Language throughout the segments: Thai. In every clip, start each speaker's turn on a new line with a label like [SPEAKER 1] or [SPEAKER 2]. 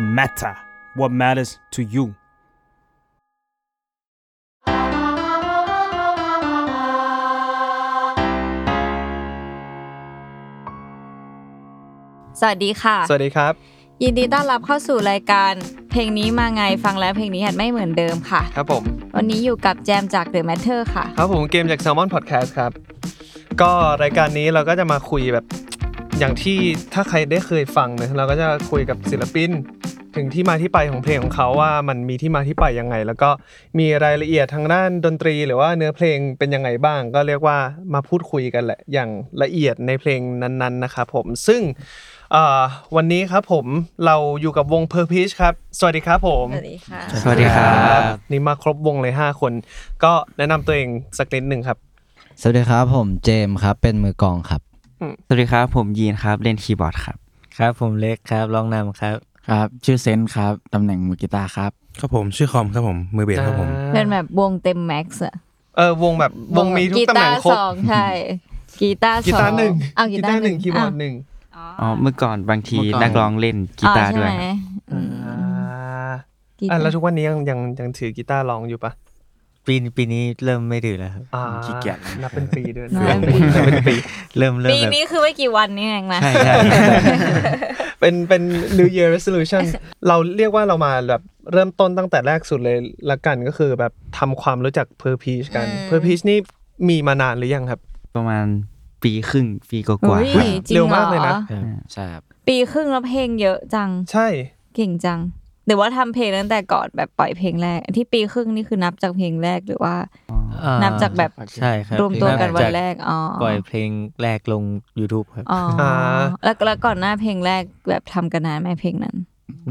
[SPEAKER 1] matter what matters to you
[SPEAKER 2] สวัสดีค่ะ
[SPEAKER 3] สวัสดีครับ
[SPEAKER 2] ยินดีต้อนรับเข้าสู่รายการ เพลงนี้มาไงฟังแล้วเพลงนี้หัดไม่เหมือนเดิมค่ะ
[SPEAKER 3] ครับผม
[SPEAKER 2] วันนี้อยู่กับแจมจาก The Matter ค่ะ
[SPEAKER 3] ครับผมเกมจาก Salmon Podcast ครับ ก็รายการนี้เราก็จะมาคุยแบบ อย่างที่ถ้าใครได้เคยฟังนะเราก็จะคุยกับศิลปิน ถึงที่มาที่ไปของเพลงของเขาว่ามันมีที่มาที่ไปยังไง แล้วก็มีรายละเอียดทางด้านดนตรี หรือว่าเนื้อเพลงเป็นยังไงบ้าง ก็เรียกว่ามาพูดคุยกันแหละ อย่างละเอียดในเพลงนั้นๆนะครับผมซึ่งเอ่อวันนี้ครับผมเราอยู่กับวง p e r p i c h ครับ สวัสดีครับผม
[SPEAKER 2] สวัสดีค่ะ
[SPEAKER 4] สวัสดีครับ
[SPEAKER 3] นี่มาครบวงเลย 5 คน ก็แนะนำตัวเองสักนิดหนึ่งครับ
[SPEAKER 5] สวัสดีครับ ผมเจมส์ครับ เป็นมือกลองครับ
[SPEAKER 4] สวัสดีครับ ผมยีนครับเล่นคีย์บอร์ดครับ
[SPEAKER 6] ครับผมเล็กครับร้องนำครับ
[SPEAKER 7] ครับ ชื่อเซนต์ครับ ตำแหน่งมือกีตาร์ครับ
[SPEAKER 8] ครับผมชื่อคอมครับผมมือเบสครับผม
[SPEAKER 2] เป็นแบบวงเต็มแม็กซ์อะ
[SPEAKER 3] เออวงแบบวงมีทุกตำแหน่ง
[SPEAKER 2] กีตาร์
[SPEAKER 3] ครบ
[SPEAKER 2] สองใช่ กีตาร์สอง
[SPEAKER 3] กีตาร์หนึ่ง
[SPEAKER 2] เอากีตาร์หนึ่ง
[SPEAKER 3] กีตาร์หนึ่งคีย์บอร์ด
[SPEAKER 2] ะ
[SPEAKER 3] หนึ่ง
[SPEAKER 4] อ๋อ เมื่อก่อนบางที
[SPEAKER 7] เมื่อก่อน
[SPEAKER 4] นักร้องเล่นกีตาร์ด้วย
[SPEAKER 2] อ๋อใช่ไหมอืมกี
[SPEAKER 3] อ่า
[SPEAKER 2] ตา
[SPEAKER 3] แล้ว
[SPEAKER 2] ร์
[SPEAKER 3] ทุกวันนี้ยังยังยังถือกีตาร์ร้องอยู่ปะ
[SPEAKER 6] ปีนปีนี้เริ่มไม่ดื้อแล้วครับ
[SPEAKER 3] อ่า
[SPEAKER 7] ขี้เกียจ
[SPEAKER 3] นับเป็นปี ด้วย
[SPEAKER 2] น้อย
[SPEAKER 3] นะ
[SPEAKER 2] ปี
[SPEAKER 3] นับเป็นปี
[SPEAKER 6] เริ่มเริ่ม
[SPEAKER 2] ปี
[SPEAKER 6] แบบ
[SPEAKER 2] นี้คือไม่กี่วันนี่เองนะ
[SPEAKER 6] ใช่ใช่
[SPEAKER 3] เป็นเป็น New Year Resolution เราเรียกว่าเรามาแบบเริ่มต้นตั้งแต่แรกสุดเลยละกันก็คือแบบทำความรู้จัก Per p e a c h กัน
[SPEAKER 2] อืม
[SPEAKER 3] Per p e a c h นี่มีมานานหรือยังครับ
[SPEAKER 4] ประมาณปีครึ่งปีกว่าๆค
[SPEAKER 2] อุ๊
[SPEAKER 4] รับ
[SPEAKER 2] ยจริง
[SPEAKER 3] เร็ว
[SPEAKER 2] เหร
[SPEAKER 3] มากเลย
[SPEAKER 2] อ
[SPEAKER 3] นะ
[SPEAKER 7] ใช่ครับ
[SPEAKER 2] ปีครึ่งแล้วเพลงเยอะจัง
[SPEAKER 3] ใช่
[SPEAKER 2] เก่งจัง หรือว่าทำเพลงตั้งแต่ก่อนแบบปล่อยเพลงแรก ที่ปีครึ่งนี่คือนับจากเพลงแรกหรือว่า
[SPEAKER 6] อ่
[SPEAKER 2] นับจากแบบ
[SPEAKER 6] ใช่ครับ
[SPEAKER 2] รวมตัวกันวันแรก อ๋อ
[SPEAKER 6] ปล่อยเพลงแรกลง YouTube ครับ
[SPEAKER 2] อ๋ออา แล้วแล้วก่อนหน้าเพลงแรกแบบทำกันนานไหมเพลงนั้น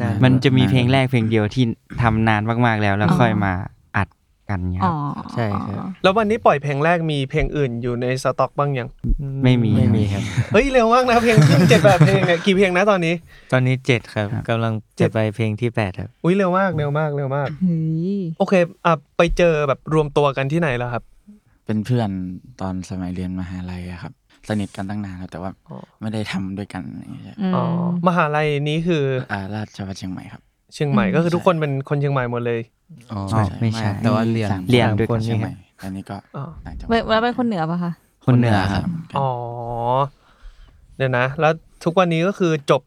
[SPEAKER 6] นะ
[SPEAKER 4] มันจะมีเพลงแรกเพลงเดียวที่ทำนานมากๆแล้วแล้วค่อยมาอัดกันเนี่ยค
[SPEAKER 2] อ๋
[SPEAKER 4] รั
[SPEAKER 2] อบ
[SPEAKER 6] ใช่ครับ
[SPEAKER 3] แล้ววันนี้ปล่อยเพลงแรกมีเพลงอื่นอยู่ในสต็อกบ้างยัง
[SPEAKER 4] ไม่มี
[SPEAKER 6] ไม่มีครับ
[SPEAKER 3] เฮ้ยเร็วมากนะเพลงขึ้นเจ็ดแบบเพลงเนี่ย กี่เพลงนะตอนนี้
[SPEAKER 6] ตอนนี้เจ็ดครับ
[SPEAKER 4] ครับ
[SPEAKER 6] กำลัง
[SPEAKER 3] เจ็
[SPEAKER 6] จะ
[SPEAKER 3] ด
[SPEAKER 6] ไปเพลงที่แปดครับ
[SPEAKER 3] อุ้ยเร็วมากเร็วมากเร็วมาก
[SPEAKER 2] เฮ้ย
[SPEAKER 3] โอเคอ่ะไปเจอแบบรวมตัวกันที่ไหนแล้วครับ
[SPEAKER 7] เป็นเพื่อนตอนสมัยเรียนมหาลัยอะครับ สนิทกันตั้งนานครับ แต่ว่า
[SPEAKER 3] อ๋อ
[SPEAKER 7] ไม่ได้ทำด้วยกันอะไรอย่างเงี้ย
[SPEAKER 2] อืม
[SPEAKER 3] อ๋อมหาลัยนี้คือ
[SPEAKER 7] อ่าราชวัฒน์เชียงใหม่ครับ
[SPEAKER 3] เชียงใหม่
[SPEAKER 2] อืม
[SPEAKER 3] ก็คือทุกคนเป็นคนเชียงใหม่หมดเลย
[SPEAKER 7] อ๋อ
[SPEAKER 4] ไม่ใช่
[SPEAKER 7] แต่ว่าเรียน
[SPEAKER 4] เรียนด้วยกัน
[SPEAKER 7] เชียงใหม่อันนี้ก็
[SPEAKER 3] อ๋อ
[SPEAKER 7] ต่างจังห
[SPEAKER 2] แล้วแล้ว
[SPEAKER 7] ัด
[SPEAKER 2] เป็นคนเหนือปะคะ
[SPEAKER 4] คนเหนือครับ
[SPEAKER 3] อ๋อเดี๋ยวนะ แล้วทุกวันนี้ก็คือจบ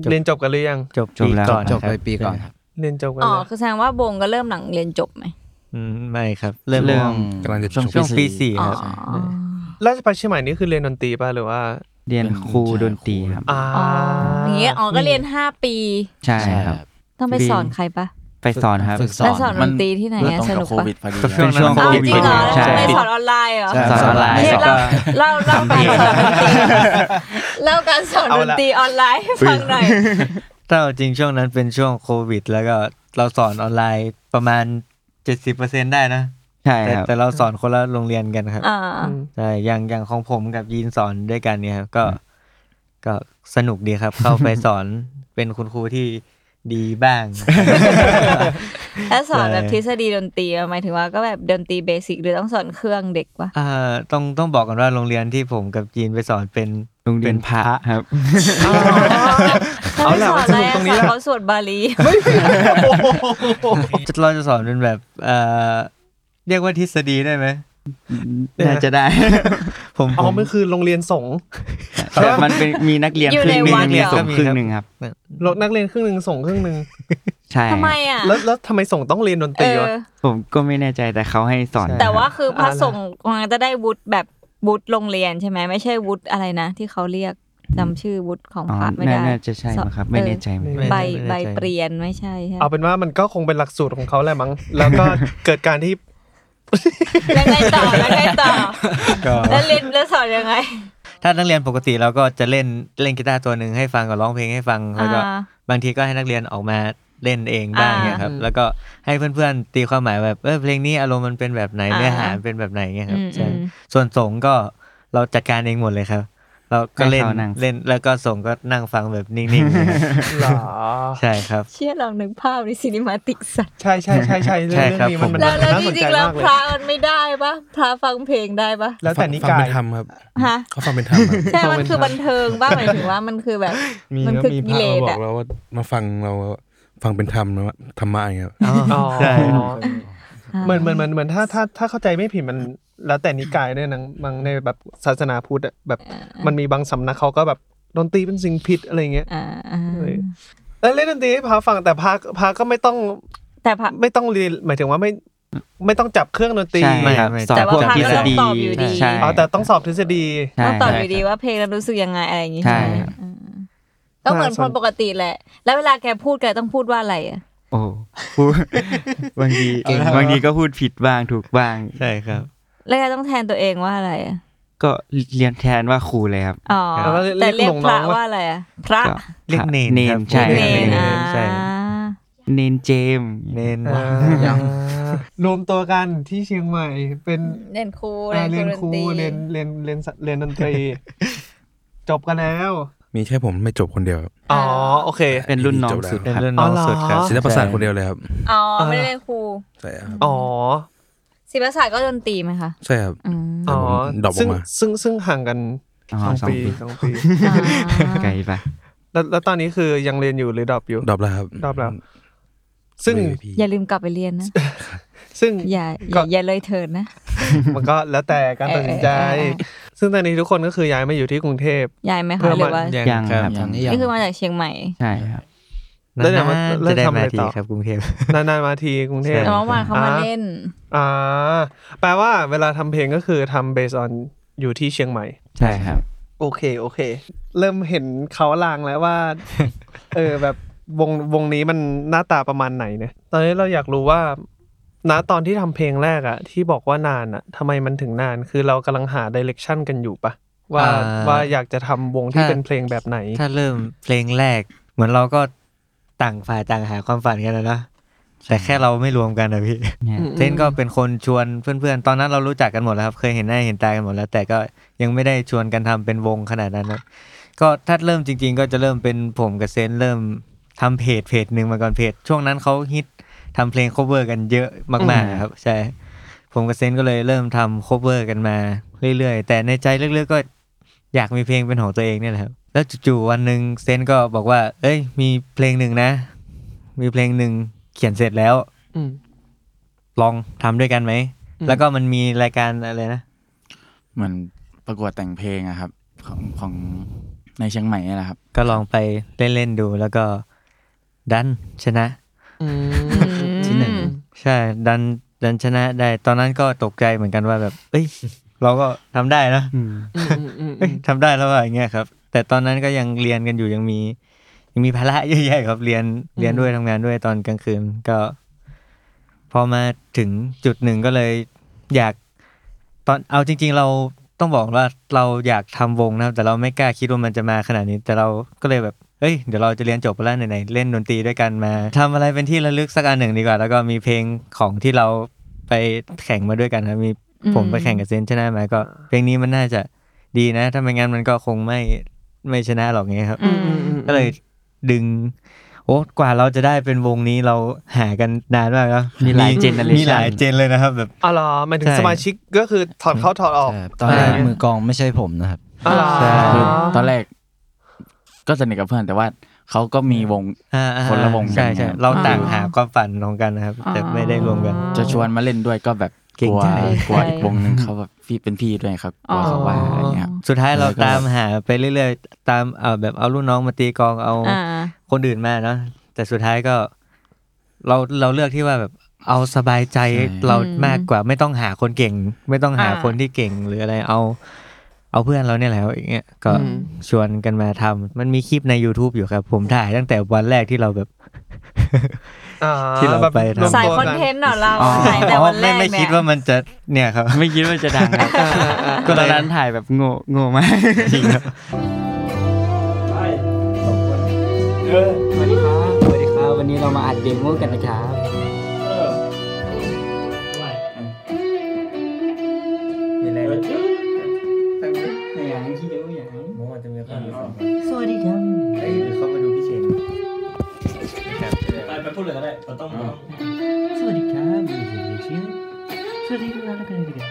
[SPEAKER 6] จบ
[SPEAKER 3] เรียนจบกันหรือยัง
[SPEAKER 6] จบ
[SPEAKER 4] จบ
[SPEAKER 6] ปี
[SPEAKER 4] แล้ว
[SPEAKER 6] ก่อน
[SPEAKER 5] จบไป
[SPEAKER 6] ครับ
[SPEAKER 5] ปีก่อนครับ
[SPEAKER 3] เรียนจบกัน
[SPEAKER 2] อ๋อ
[SPEAKER 3] แล้ว
[SPEAKER 2] คือแสดงว่าวงก็เริ่มหลังเรียนจบไหม
[SPEAKER 6] อืมไม่ครับ เริ่ม
[SPEAKER 4] เริ่ม
[SPEAKER 8] กำลังจะจบ
[SPEAKER 6] ช่วงปีสี่
[SPEAKER 2] อ๋อ
[SPEAKER 6] ครับ
[SPEAKER 3] ราชภัฏเชียงใหม่นี่คือเรียนดนตรีป่ะหรือว่า
[SPEAKER 4] เรียนครูดนตรีครับ
[SPEAKER 3] อ่า
[SPEAKER 2] อ๋ออย่างเงี้ย อ๋อ ก็เรียนห้าปี
[SPEAKER 4] ใช่ครับ
[SPEAKER 2] ต้องไป
[SPEAKER 4] เรียน
[SPEAKER 2] สอนใครปะ
[SPEAKER 4] ไปสอนครับ
[SPEAKER 5] ฝึกสอ
[SPEAKER 2] แล้ว
[SPEAKER 5] น
[SPEAKER 2] สอนดนตรีที่ไหนอะ
[SPEAKER 7] เรื่องต
[SPEAKER 2] ส
[SPEAKER 7] รง
[SPEAKER 2] นุ
[SPEAKER 7] กั
[SPEAKER 2] ก
[SPEAKER 7] บ
[SPEAKER 2] ปะ
[SPEAKER 7] โควิดพอดี
[SPEAKER 4] ก็เป็นช่วง
[SPEAKER 2] อ้าวจริงเหรอ
[SPEAKER 4] ใช่
[SPEAKER 2] ไม่สอนออนไลน์เหรอ
[SPEAKER 4] สอนออนไลน์
[SPEAKER 2] เนี่ย
[SPEAKER 4] ก็
[SPEAKER 2] เล่าเล่าเล่าการสอนดนตรีเล่าการสอนดนตรีออนไลน์ให้ฟังหน่อย
[SPEAKER 6] ถ้าเอาจริงช่วงนั้นเป็นช่วงโควิด แล้วก็เราสอนออนไลน์ประมาณ 70%ได้นะ
[SPEAKER 4] ใช่
[SPEAKER 6] แต่
[SPEAKER 4] ครับ
[SPEAKER 6] แต่เราสอนคนละโรงเรียนกันครับ
[SPEAKER 2] อ่า
[SPEAKER 6] ใช่อย่างอย่างของผมกับยีนสอนด้วยกันเนี่ยครับก็ก็สนุกดีครับ เข้าไปส อนเป็นคุณครูที่ดีบ้าง
[SPEAKER 2] แล้วสอนแบบ
[SPEAKER 6] ใช่
[SPEAKER 2] ทฤษฎีดนตรีอะหมายถึงว่าก็แบบดนตรีเบสิกหรือต้องสอนเครื่องเด็กปะ
[SPEAKER 6] อ่าต้องต้องบอกกันว่าโรงเรียนที่ผมกับยีนไปสอนเป็น
[SPEAKER 4] โรงเรียนพระครับ
[SPEAKER 2] ถ้า
[SPEAKER 3] เอา
[SPEAKER 2] ไม่
[SPEAKER 3] ล่ะ
[SPEAKER 2] สอ
[SPEAKER 3] มัน น
[SPEAKER 2] อะ
[SPEAKER 3] ส
[SPEAKER 2] ไร
[SPEAKER 3] นุกตรงนี้
[SPEAKER 2] สอน
[SPEAKER 3] แหละ
[SPEAKER 2] เขาสวดบาลี
[SPEAKER 6] เราจะสอนเป็นแบบเอ่อเรียกว่าทฤษฎีได้ไหม
[SPEAKER 4] น่าจะได้
[SPEAKER 6] ผม
[SPEAKER 3] อ๋
[SPEAKER 6] ผ
[SPEAKER 3] อ
[SPEAKER 6] ม
[SPEAKER 3] มันคือโรงเรียนสงฆ์
[SPEAKER 4] แต่มันเป็นมีนักเรียนครึ่งหนึ่งนักเรียนสงฆ์ครึ่งหนึ่งครับ
[SPEAKER 3] นักเรียนครึ่งหนึ่งสงฆ์ครึ่งหนึ่ง
[SPEAKER 4] ใช่
[SPEAKER 2] ทำไมอ่ะ
[SPEAKER 3] แล้วแล้วทำไมสงฆ์ต้องเรียนดนต
[SPEAKER 2] เอ
[SPEAKER 3] รี
[SPEAKER 2] อ
[SPEAKER 3] วะ
[SPEAKER 4] ผมก็ไม่แน่ใจแต่เขาให้สอน
[SPEAKER 2] แต่ว่า
[SPEAKER 4] ครับ
[SPEAKER 2] คือพระสงฆ์มันจะได้วุฒิแบบวุฒิโรงเรียนใช่ไหมไม่ใช่วุฒิอะไรนะ ที่เขาเรียกจำชื่อวุฒิของ
[SPEAKER 4] อ๋อ
[SPEAKER 2] พระไม่
[SPEAKER 4] น่า
[SPEAKER 2] ได้
[SPEAKER 4] น่าจะใช่มั้งครับ ไม่แน่ใจเหมือนกัน
[SPEAKER 2] ใบ
[SPEAKER 6] ไม่แน่ใจ
[SPEAKER 2] ใบเปลี่ยนไม่ใช่ใช่ไหม
[SPEAKER 3] เอาเป็นว่ามันก็คงเป็นหลักสูตรของเขาแหละมั้ง แล้วก็ เกิดการที่
[SPEAKER 2] แล้วไงต่อแล้วไงต่อ
[SPEAKER 6] ก็
[SPEAKER 2] แล้วเรียนแล้วสอนยังไง
[SPEAKER 6] ถ้านักเรียนปกติเราก็จะเล่นเล่นกีตาร์ตัวหนึ่งให้ฟังกับร้องเพลงให้ฟังแล้วก็
[SPEAKER 2] อ่า
[SPEAKER 6] บางทีก็ให้นักเรียนออกมาเล่นเองบ้าง
[SPEAKER 2] อ่า
[SPEAKER 6] เนี่ยครับ แล้วก็ให้เพื่อนๆตีความหมายแบบเออเพลงนี้อารมณ์มันเป็นแบบไหน
[SPEAKER 2] อ่า
[SPEAKER 6] เนื้อหาเป็นแบบไหนเงี้ยครับ
[SPEAKER 2] อืม
[SPEAKER 6] ใช่
[SPEAKER 2] อืม
[SPEAKER 6] ส่วนสงฆ์ก็เราจัดการเองหมดเลยครับ เราก็เล่น
[SPEAKER 4] ให้เขานั่ง
[SPEAKER 6] เล่นแล้วก็สงฆ์ก็นั่งฟังแบบนิ่ง
[SPEAKER 3] หรอ
[SPEAKER 6] ๆ ใช่ครับ
[SPEAKER 2] เชี่ยลองนึกภาพในซีนิมาติกสัตว์
[SPEAKER 3] ใช่ใช่ใช่ใช่เรื่อง
[SPEAKER 6] ใช่ครับ
[SPEAKER 3] เรื่องนี้มัน
[SPEAKER 6] ผม
[SPEAKER 3] มัน
[SPEAKER 2] แล้วแล้ว
[SPEAKER 3] น่า
[SPEAKER 2] จ
[SPEAKER 3] สน
[SPEAKER 2] ริ
[SPEAKER 3] ใจ
[SPEAKER 2] งๆแล้ว
[SPEAKER 3] มากเล
[SPEAKER 2] พ
[SPEAKER 3] ย
[SPEAKER 2] ระมันไม่ได้ปะพระฟังเพลงได้ปะ
[SPEAKER 3] แล้วแต่นิ
[SPEAKER 8] ฟัง
[SPEAKER 3] กา
[SPEAKER 8] เป็
[SPEAKER 3] ย
[SPEAKER 8] นธรรมครับ
[SPEAKER 2] ฮะ
[SPEAKER 8] เขาฟังเป็นธรรมครับ
[SPEAKER 2] ใช่มันคือบันเทิงปะหมายถึงว่ามันคือแบบ
[SPEAKER 8] มี
[SPEAKER 2] มัน
[SPEAKER 8] แล้ว
[SPEAKER 2] คือ
[SPEAKER 8] มีพ
[SPEAKER 2] กิ
[SPEAKER 8] ระ
[SPEAKER 2] เลส
[SPEAKER 8] มาบอ
[SPEAKER 2] อะ
[SPEAKER 8] กเราว่ามาฟังเรา ฟังเป็นธรรมนะธรรมะอย่างเงี้ย
[SPEAKER 3] อ๋อ
[SPEAKER 6] ใช่
[SPEAKER 3] เหมือนเหมือนเหมือนเหมือนถ้าถ้าถ้าเข้าใจไม่ผิดมันแล้วแต่นิกายด้วยนะบางในแบบศาสนาพุทธอะแบบมันมีบางสำนักเขาก็แบบดนตรีเป็นสิ่งผิดอะไรเงี้ย
[SPEAKER 2] อ่าอ่า
[SPEAKER 3] เออเล่นดนตรีให้พาฟังแต่พาพาก็ไม่ต้อง
[SPEAKER 2] แต่พระ
[SPEAKER 3] ไม่ต้องเรียนหมายถึงว่าไม่ไม่ต้องจับเครื่องดนตรี
[SPEAKER 4] ใช่
[SPEAKER 6] ไม่ครับสอน
[SPEAKER 2] แต่ว่า
[SPEAKER 6] พวก
[SPEAKER 2] พระ
[SPEAKER 6] ทฤ
[SPEAKER 2] ก็
[SPEAKER 6] ษ
[SPEAKER 2] ต้องต
[SPEAKER 6] ฎี
[SPEAKER 2] อบอยู่ดี
[SPEAKER 4] ใช่
[SPEAKER 3] อ๋อแต่ต้องสอบทฤษฎี
[SPEAKER 2] ต้องตอบอยู่
[SPEAKER 4] ใช่
[SPEAKER 2] ดี
[SPEAKER 4] ครับ
[SPEAKER 2] ว่าเพลงเรารู้สึกยังไงอะไรอย่างงี้
[SPEAKER 4] ใช่
[SPEAKER 2] ใช่ไหมอ่าก็เหมือนคนปกติแหละ แล้วเวลาแกพูดแกต้องพูดว่าอะไรอ่ะ
[SPEAKER 4] โอ้พูด บางที
[SPEAKER 6] เก่ง
[SPEAKER 4] บางทีก็พูดผิดบ้างถูกบ้าง
[SPEAKER 6] ใช่ครับ
[SPEAKER 2] แล้วแกต้องแทนตัวเองว่าอะไรอ่ะ
[SPEAKER 4] ก็เรียนแทนว่าครูเลยครับ
[SPEAKER 2] อ๋อ
[SPEAKER 3] แล้วก็เรี
[SPEAKER 2] แต่
[SPEAKER 3] ยก
[SPEAKER 2] เรียก
[SPEAKER 3] ลูก
[SPEAKER 2] พ
[SPEAKER 3] น้
[SPEAKER 2] ระ
[SPEAKER 3] องว่า
[SPEAKER 2] ว่าอะไรอ่ะพระ
[SPEAKER 4] ก็
[SPEAKER 6] เรียกเนน
[SPEAKER 4] เน
[SPEAKER 6] ครับ
[SPEAKER 4] นใช่
[SPEAKER 6] ผม
[SPEAKER 2] เน
[SPEAKER 6] รียก
[SPEAKER 2] น
[SPEAKER 6] เน
[SPEAKER 2] อ่าน
[SPEAKER 6] ใช่
[SPEAKER 4] เนนเจมส์
[SPEAKER 6] เนน
[SPEAKER 3] อ่ารวมตัวกันที่เชียงใหม่เป็น
[SPEAKER 2] เนนครู
[SPEAKER 3] อ่า
[SPEAKER 2] เน
[SPEAKER 3] เรียน
[SPEAKER 2] น
[SPEAKER 3] ค
[SPEAKER 2] ค
[SPEAKER 3] รู
[SPEAKER 2] รู
[SPEAKER 3] เรียนเรียนเรียนสเรียนดนต รี จบกันแล้ว
[SPEAKER 8] มีแค่ผมไม่จบคนเดียวครับ
[SPEAKER 3] อ๋อ โอเค
[SPEAKER 4] เป็นรุ่นน้องสุด
[SPEAKER 6] เป็น
[SPEAKER 4] ครับ
[SPEAKER 6] รุ่นน้องสุดครับ
[SPEAKER 3] อ๋อ
[SPEAKER 8] ศิลปศาสตร์คนเดียวเลยครับ
[SPEAKER 2] อ๋อไม่ได้เรียนครู
[SPEAKER 8] ใช่ครับ
[SPEAKER 3] อ๋อ
[SPEAKER 2] ศิลปศาสตร์ก็ดนตรีไหมคะ
[SPEAKER 8] ใช่ครับ
[SPEAKER 2] อืม
[SPEAKER 3] อ๋อ
[SPEAKER 8] ดรอปออกมา
[SPEAKER 3] ซึ่งซึ่งซึ่งห่างกัน
[SPEAKER 4] อ๋อ
[SPEAKER 3] สอง
[SPEAKER 4] สอง
[SPEAKER 3] ปี
[SPEAKER 4] ปี
[SPEAKER 3] สองปี
[SPEAKER 2] อ่า
[SPEAKER 4] ไกลปะ
[SPEAKER 3] แล้วแล้วตอนนี้คือยังเรียนอยู่หรือดรอปอยู่
[SPEAKER 8] ดรอปแล้วครับ
[SPEAKER 3] ดรอปแล้ว ซึ่ง
[SPEAKER 8] ไม่มีพี่
[SPEAKER 2] อย่าลืมกลับไปเรียนนะ
[SPEAKER 3] ซึ่ง
[SPEAKER 2] อย่าอ
[SPEAKER 3] ก็
[SPEAKER 2] ย่าอย่าเลยเถินนะ
[SPEAKER 3] มันก็แล้วแต่การตัดสินใจ
[SPEAKER 2] เออเออเอ
[SPEAKER 3] ซึ่งตอนนี้ทุกคนก็คือย้ายมาอยู่ที่กรุงเทพ
[SPEAKER 2] ยายไหม
[SPEAKER 3] เพื่
[SPEAKER 2] คะ
[SPEAKER 3] อ
[SPEAKER 2] ห
[SPEAKER 3] มา
[SPEAKER 2] รือว่า
[SPEAKER 4] ยังครับ
[SPEAKER 7] ยัง
[SPEAKER 2] นี่คือมาจากเชียงใหม่
[SPEAKER 4] ใช่ครับ
[SPEAKER 3] แล้วเนี่ย
[SPEAKER 6] นา
[SPEAKER 3] แล้
[SPEAKER 6] นๆจะ
[SPEAKER 3] ว
[SPEAKER 6] ได้
[SPEAKER 3] ทำอะไร
[SPEAKER 6] มาที
[SPEAKER 3] ต่อ
[SPEAKER 6] ครับกรุงเทพ
[SPEAKER 3] นานๆมาทีกรุงเทพ
[SPEAKER 6] ใช่
[SPEAKER 2] แต่เมื่อวานเขามา
[SPEAKER 3] อ่า
[SPEAKER 2] เล่น
[SPEAKER 3] อ่า แปลว่าเวลาทำเพลงก็คือทำเบสออนอยู่ที่เชียงใหม่
[SPEAKER 4] ใช่ครับ
[SPEAKER 3] โอเค โอเค เริ่มเห็นเขาลางแล้วว่า เออแบบวงวงนี้มันหน้าตาประมาณไหนเนี่ย ตอนนี้เราอยากรู้ว่าณตอนที่ทำเพลงแรกอะที่บอกว่านานอะทำไมมันถึงนานคือเรากำลังหาดิเรกชันกันอยู่ปะว่า
[SPEAKER 6] อ่า
[SPEAKER 3] ว่าอยากจะทำวงที่
[SPEAKER 6] ถ้า
[SPEAKER 3] เป็นเพลงแบบไหน
[SPEAKER 6] ถ้าเริ่มเพลงแรก เหมือนเราก็ต่างฝ่ายต่างหาความฝันกันนะเนอะแต่แค่เราไม่รวมกันนะพี่ เต้นก็เป็นคนชวนเพื่อนๆ ตอนนั้นเรารู้จักกันหมดแล้วครับ เคยเห็นหน้าเห็นตากันหมดแล้ว แต่ก็ยังไม่ได้ชวนกันทำเป็นวงขนาดนั้นนะก็ถ้าเริ่มจริง ๆ ก็จะเริ่มเป็นผมกับเซนเริ่มทำเพจเพจหนึ่งมาก่อนเพจ ช่วงนั้นเขาฮิตทำเพลงโคเวอร์กันเยอะมากๆครับใช่ผมกับเซนก็เลยเริ่มทำโคเวอร์กันมาเรื่อยๆ แต่ในใจลึกๆก็อยากมีเพลงเป็นของตัวเองเนี่ยแหละครับแล้วจู่ๆวันหนึ่งเซนก็บอกว่า เอ้ย มีเพลงหนึ่งนะ มีเพลงหนึ่งเขียนเสร็จแล้ว
[SPEAKER 3] อืม
[SPEAKER 6] ลองทำด้วยกันไหม
[SPEAKER 3] อืม
[SPEAKER 6] แล้วก็มันมีรายการอะไรนะ
[SPEAKER 7] เหมือนประกวดแต่งเพลงอะครับ ของของในเชียงใหม่นี่แหละครับ
[SPEAKER 6] ก็ลองไปเล่น ๆ ดูแล้วก็ดันชนะ
[SPEAKER 3] อืม
[SPEAKER 7] ที่หนึ่ง
[SPEAKER 6] ใช่ ดันดันชนะได้ ตอนนั้นก็ตกใจเหมือนกันว่าแบบ เอ้ย เราก็ทำได้นะ
[SPEAKER 3] อืมอืม
[SPEAKER 6] เอ้ยทำได้แล้วว่าอย่างเงี้ยครับ แต่ตอนนั้นก็ยังเรียนกันอยู่ยังมี ยังมีภาระเยอะแยะครับเรียนเรียนด้วยทำงานด้วยตอนกลางคืนก็ พอมาถึงจุดหนึ่งก็เลย อยาก ตอนเอาจริง ๆ เราต้องบอกว่าเราอยากทำวงนะครับ แต่เราไม่กล้าคิดว่ามันจะมาขนาดนี้ แต่เราก็เลยแบบเอ้ยเดี๋ยวเราจะเรียนจบไปแล้วไหนๆเล่นดนตรีด้วยกันมาทำอะไรเป็นที่ระลึกสักอันหนึ่งดีกว่า แล้วก็มีเพลงของที่เราไปแข่งมาด้วยกันครับมี
[SPEAKER 2] อืม
[SPEAKER 6] ผมไปแข่งกับเซนชนะมาก็ เพลงนี้มันน่าจะดีนะ ถ้าไม่งั้นมันก็คงไม่ไม่ชนะหรอกเงี้ยครับ
[SPEAKER 2] อืม
[SPEAKER 6] ก็เลยดึง โอ้กว่าเราจะได้เป็นวงนี้เราหากันนานมากแล้ว
[SPEAKER 4] มีหลาย generation
[SPEAKER 6] มีหลายเจนเลยนะครับแบบ
[SPEAKER 3] อ๋อเหรอหมายถึง
[SPEAKER 6] ใช่
[SPEAKER 3] สมาชิกก็คือถอดเข้าถอดออก
[SPEAKER 5] แต่ตอนแรกมือกลองไม่ใช่ผมนะครับ
[SPEAKER 3] อ๋อเหรอ
[SPEAKER 6] ใช่
[SPEAKER 7] คือตอนแรกก็สนิทกับเพื่อนแต่ว่าเขาก็มีวง
[SPEAKER 6] อ่าอ่า
[SPEAKER 7] คนละวงกัน
[SPEAKER 6] ใช่ใช่
[SPEAKER 7] ครับ
[SPEAKER 6] เราต่างหาความฝันของกันนะครับ แต่ไม่ได้รวมกัน
[SPEAKER 7] จะชวนมาเล่นด้วยก็แบบ
[SPEAKER 6] เกร
[SPEAKER 7] ก
[SPEAKER 6] ง
[SPEAKER 7] ลัว
[SPEAKER 6] ใจ
[SPEAKER 7] กลัวอีกวงหนึ่งเขาแบบพี่เป็นพี่ด้วยครับกลัวเขาว่าอะไรอย่างเงี้ยครับ
[SPEAKER 6] สุดท้าย
[SPEAKER 7] แล้
[SPEAKER 6] เรา
[SPEAKER 7] วก็
[SPEAKER 6] ตามหาไปเรื่อยๆ ตามเอาแบบเอารุ่นน้องมาตีกลองเอา
[SPEAKER 2] อ่า
[SPEAKER 6] คนอื่นมาเนาะแต่สุดท้ายก็ เราเราเลือกที่ว่าแบบเอาสบายใจเรา
[SPEAKER 2] อืม
[SPEAKER 6] มากกว่าไม่ต้องหาคนเก่ง ไม่ต้องหาคนที่เก่งหรืออะไรเอา เอาเพื่อนเราเนี่ยแหละครับอย่างเงี้ยก็ชวนกันมาทำมันมีคลิปใน YouTube อยู่ครับ ผมถ่ายตั้งแต่วันแรกที่เราแบบ
[SPEAKER 3] อ่า
[SPEAKER 6] ที่เรา
[SPEAKER 3] แบบ
[SPEAKER 6] ไปทำ
[SPEAKER 3] รวม
[SPEAKER 2] สาย
[SPEAKER 3] ตัว
[SPEAKER 2] คอน
[SPEAKER 3] กัน
[SPEAKER 2] เทนต์เหรอเราสายแต่วันแร
[SPEAKER 6] ไม่
[SPEAKER 2] ก
[SPEAKER 6] ไม่
[SPEAKER 2] เนี่
[SPEAKER 6] คิด
[SPEAKER 2] ย
[SPEAKER 6] ว่ามันจะเนี่ยครับ
[SPEAKER 4] ไม่คิดว่าจะดังครับก็ตอนนั้นถ่ายแบบโง่โง่มากจริงครับ
[SPEAKER 9] สวัสดีครับ สวัสดีครับ วันนี้เรามาอัดเดโมกันนะครับ
[SPEAKER 6] มีอะไรนะ
[SPEAKER 9] อย่างที่เดียวอย่าง
[SPEAKER 6] สวัสดีครับเฮ้ยหรือเขามาดูพี่เชน
[SPEAKER 9] สวัสดีครับมีเสียงเชียงสวัสดีทุกท่านนะครับ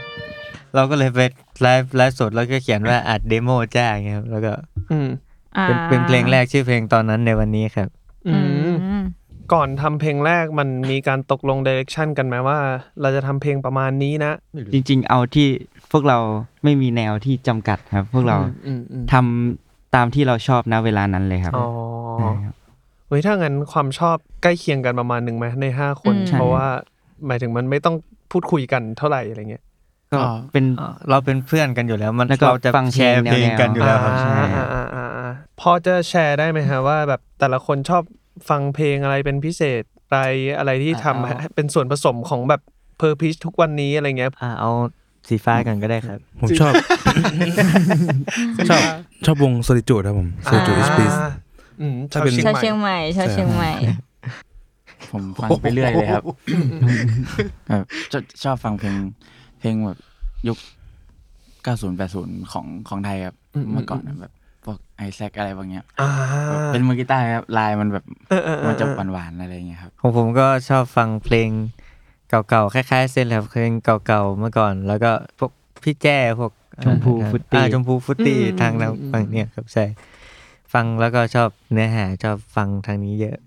[SPEAKER 6] เราก็เลยไปไลฟ์ไลฟ์สดแล้วก็เขียนว่าอัดเดโมจ้าอย่างเงี้ยครับแล้วก็
[SPEAKER 3] อืม
[SPEAKER 2] อ่า
[SPEAKER 6] เป็นเป็นเพลงแรกชื่อเพลงตอนนั้นในวันนี้ครับ
[SPEAKER 3] อื
[SPEAKER 2] อื
[SPEAKER 3] ม
[SPEAKER 2] ม
[SPEAKER 3] ก่อนทำเพลงแรกมันมีการตกลงด r e c t ชันกันไหมว่า เราจะทำเพลงประมาณนี้นะ
[SPEAKER 4] จริง ๆ เอาที่พวกเราไม่มีแนวที่จำกัดครับ พวกเรา
[SPEAKER 3] อืมอืม
[SPEAKER 4] ทำตามที่เราชอบนะเวลานั้นเลยครับ
[SPEAKER 3] อ๋อ
[SPEAKER 4] ใช่ครับ
[SPEAKER 3] เฮ้ยถ้างั้นความชอบใกล้เคียงกันประมาณหนึ่งไหมในห้าคน
[SPEAKER 2] อืม
[SPEAKER 3] เพราะว่าหมายถึงมันไม่ต้องพูดคุยกันเท่าไหร่อะไรเงี้ย
[SPEAKER 4] ก็เป็น
[SPEAKER 6] อ่าเราเป็นเพื่อนกันอยู่แล้ว มัน
[SPEAKER 4] แล้วก็
[SPEAKER 6] เราจะ
[SPEAKER 4] ฟังเพล
[SPEAKER 6] แช
[SPEAKER 4] ง
[SPEAKER 6] ร์เพลงกันอยู่แล้วครับ
[SPEAKER 4] แนว ใช่
[SPEAKER 3] อ่าอ่าอ่าอ่าพอจะแชร์ได้ไหมฮะว่าแบบแต่ละคนชอบฟังเพลงอะไรเป็นพิเศษอะไรอะไรที่ทำ
[SPEAKER 7] อ่า
[SPEAKER 3] ให้เป็นส่วนผสมของแบบเพอร์พิชทุกวันนี้อะไรเงี้ย
[SPEAKER 6] อ่าเอาสีฟ้ากันก็ได้ครับ
[SPEAKER 8] ผมชอบ ชอบชอบวงโซลิจูดครับผมโซลิจูดอิสปีส
[SPEAKER 3] อ่าอืม
[SPEAKER 8] ถ้าเป็น
[SPEAKER 2] ชาวเชียงใหม่ชาวเชียงใหม่
[SPEAKER 7] ผมฟังไปเรื่อยเลยครับแบบชอบชอบฟังเพลง เพลงแบบยุค 90 80 ของของไทยครับ เมื่อก่อนอะแบบพวกไอแซคอะไรบางอย่าง
[SPEAKER 3] อ่า
[SPEAKER 7] เป็นมือกีตาร์ครับลายมันแบบ
[SPEAKER 3] เออเออเออ
[SPEAKER 7] มันจะหวานๆอะไรอย่างเงี้ยครับ
[SPEAKER 6] ของผมก็ชอบฟังเพลงเก่าๆคล้ายๆเซนเลยครับเพลงเก่าๆเมื่อก่อน แล้วก็พวกพี่แจ้พวก
[SPEAKER 4] ชมพู
[SPEAKER 6] อ่า
[SPEAKER 4] ฟุตตี้
[SPEAKER 6] อ่าชมพูฟุตตี้ทางทางฝั่งเนี่ยครับใช่ฟังแล้วก็ชอบเนื้อหาชอบฟังทางนี้เยอะ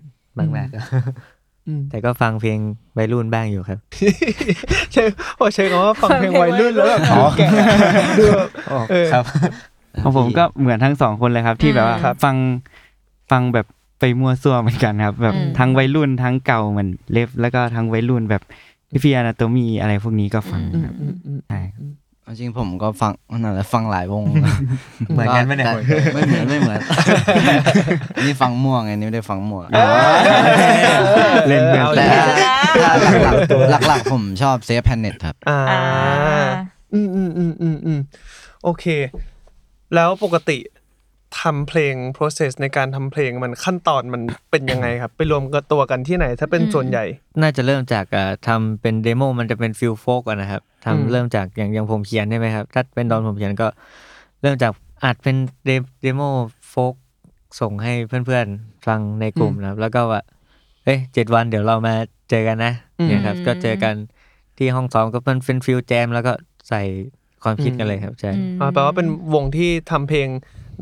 [SPEAKER 6] มากๆครับแต่ก็ฟังเพลงวัยรุ่นบ้างอยู่ครับ
[SPEAKER 3] ใช่พอใช้คำว่าฟังเพลงวัยรุ่นแล้วแบบ
[SPEAKER 6] อ๋อ
[SPEAKER 3] แก่ดูแบบ เออ
[SPEAKER 6] ครับ
[SPEAKER 4] ของผมก็เหมือนทั้งสองคนเลยครับ ที่แบบว่า
[SPEAKER 2] ครับ
[SPEAKER 4] ฟังฟังแบบไปมั่วซั่วเหมือนกันครับ แบบ
[SPEAKER 2] อืม
[SPEAKER 4] ทั้งวัยรุ่นทั้งเก่าเหมือนเล็บแล้วก็ทั้งวัยรุ่นแบบพี่พีอนาโตมีอะไรพวกนี้ก็ฟังครับใช่ครับ
[SPEAKER 5] จริงๆผมก็ฟังนั่นแหละฟังหลายวง
[SPEAKER 6] เหมือนกันไหมเนี่ย
[SPEAKER 5] แต่ไม่เหมือนไม่ เหมือน นี่ฟังม่วงไงนี่ไม่ได้ฟังม่วง
[SPEAKER 4] เล่นแบบ
[SPEAKER 3] เอา
[SPEAKER 5] แต่
[SPEAKER 3] ละ
[SPEAKER 2] เสร็จแล้ว
[SPEAKER 5] ถ้าหลักๆหลักๆผมชอบเซฟแพนเน็ตครับ
[SPEAKER 3] อ่า
[SPEAKER 2] อ่า
[SPEAKER 3] อืมอืมอืมอืมอืมโอเค แล้วปกติทำเพลง process ในการทำเพลงมันขั้นตอนมันเป็นยังไงครับ ไปรวมกันตัวกันที่ไหน ถ้าเป็นส่วนใหญ่
[SPEAKER 6] น่าจะเริ่มจากอ่าทำเป็นเดโมมันจะเป็นฟิลโฟกอะนะครับทำ
[SPEAKER 3] อืม
[SPEAKER 6] เริ่มจากอย่างอย่างผมเขียนใช่ไหมครับ ถ้าเป็นตอนผมเขียนก็ เริ่มจากอัดเป็นเดเดโมโฟกส่งให้เพื่อนๆฟังในกลุ่มนะครับ แล้วก็ว่าเอ้ยเจ็ดวันเดี๋ยวเรามาเจอกันนะเนี่ยครับ
[SPEAKER 2] อืม
[SPEAKER 6] ก็เจอกันที่ห้องซ้อมก็มันเป็นฟิลแจม แล้วก็ใส่ความคิดกันเลยครับใช่
[SPEAKER 2] อืม
[SPEAKER 3] อ่าแปลว่าเป็นวงที่ทำเพลง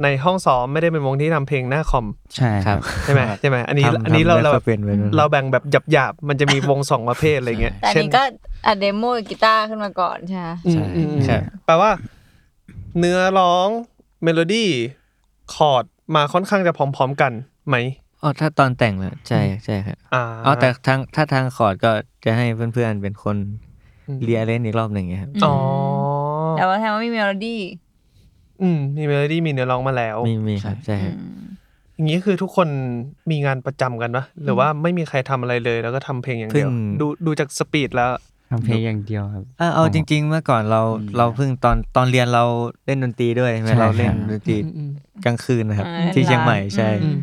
[SPEAKER 3] ในห้องซ้อมไม่ได้เป็นวงที่ทำเพลงหน้าคอม
[SPEAKER 4] ใช่ครับ
[SPEAKER 3] ใช่ไหมใช่ไหมอันนี้
[SPEAKER 6] ทำ
[SPEAKER 3] อันนี้เรา
[SPEAKER 6] ทำแล้ว
[SPEAKER 3] เรา
[SPEAKER 6] ก็เปลี่ยนไปเนอะ
[SPEAKER 3] เราแบ่งแบบหยาบๆมันจะมีวงสองประเภทอะไรเงี้ย
[SPEAKER 2] แต่อัน
[SPEAKER 3] เช่น
[SPEAKER 2] นี้ก็อัดเดโมกีตาร์ขึ้นมาก่อนใช่ไหม
[SPEAKER 3] อืม
[SPEAKER 7] ใช่
[SPEAKER 3] อืมอืม
[SPEAKER 6] ครับ
[SPEAKER 3] แปลว่า เนื้อร้องเมโลดี้คอร์ดมาค่อนข้างจะพร้อม ๆ กันไหม
[SPEAKER 6] อ๋อถ้าตอนแต่งเหรอใช่ใช่ครับ
[SPEAKER 3] อ่า
[SPEAKER 6] อ๋อแต่ทางถ้าทางคอร์ดก็จะให้เพื่อนๆเป็นคนเรียนเล่นอีกรอบหนึ่งอย่างเงี้ยครับ
[SPEAKER 3] อ๋อ
[SPEAKER 2] แต่ว่าแทนว่าไม่มีเมโลดี้
[SPEAKER 3] อืมมีเมโลดี้มีเนื้อร้องมาแล้ว
[SPEAKER 6] มีมีครับใช่ครับ
[SPEAKER 3] อย่างนี้คือทุกคนมีงานประจำกันปะหรือว่าไม่มีใครทำอะไรเลย แล้วก็ทำเพลงอย่างเดียว
[SPEAKER 6] เพิ่ง
[SPEAKER 3] ดูดูจากสปีดแล้ว
[SPEAKER 4] ทำเพลงอย่างเดียวครับ
[SPEAKER 6] เออเอาจริง ๆ เมื่อก่อนเราเราเพิ่งตอนตอนเรียนเราเล่นดนตรีด้วยใช่ไหม
[SPEAKER 4] ใช่
[SPEAKER 6] เราเล่น
[SPEAKER 4] ครับ
[SPEAKER 6] ดนตรีกลางคืนนะครับ
[SPEAKER 2] อ่า
[SPEAKER 6] ที่เชียงใหม่ใช่
[SPEAKER 2] อืม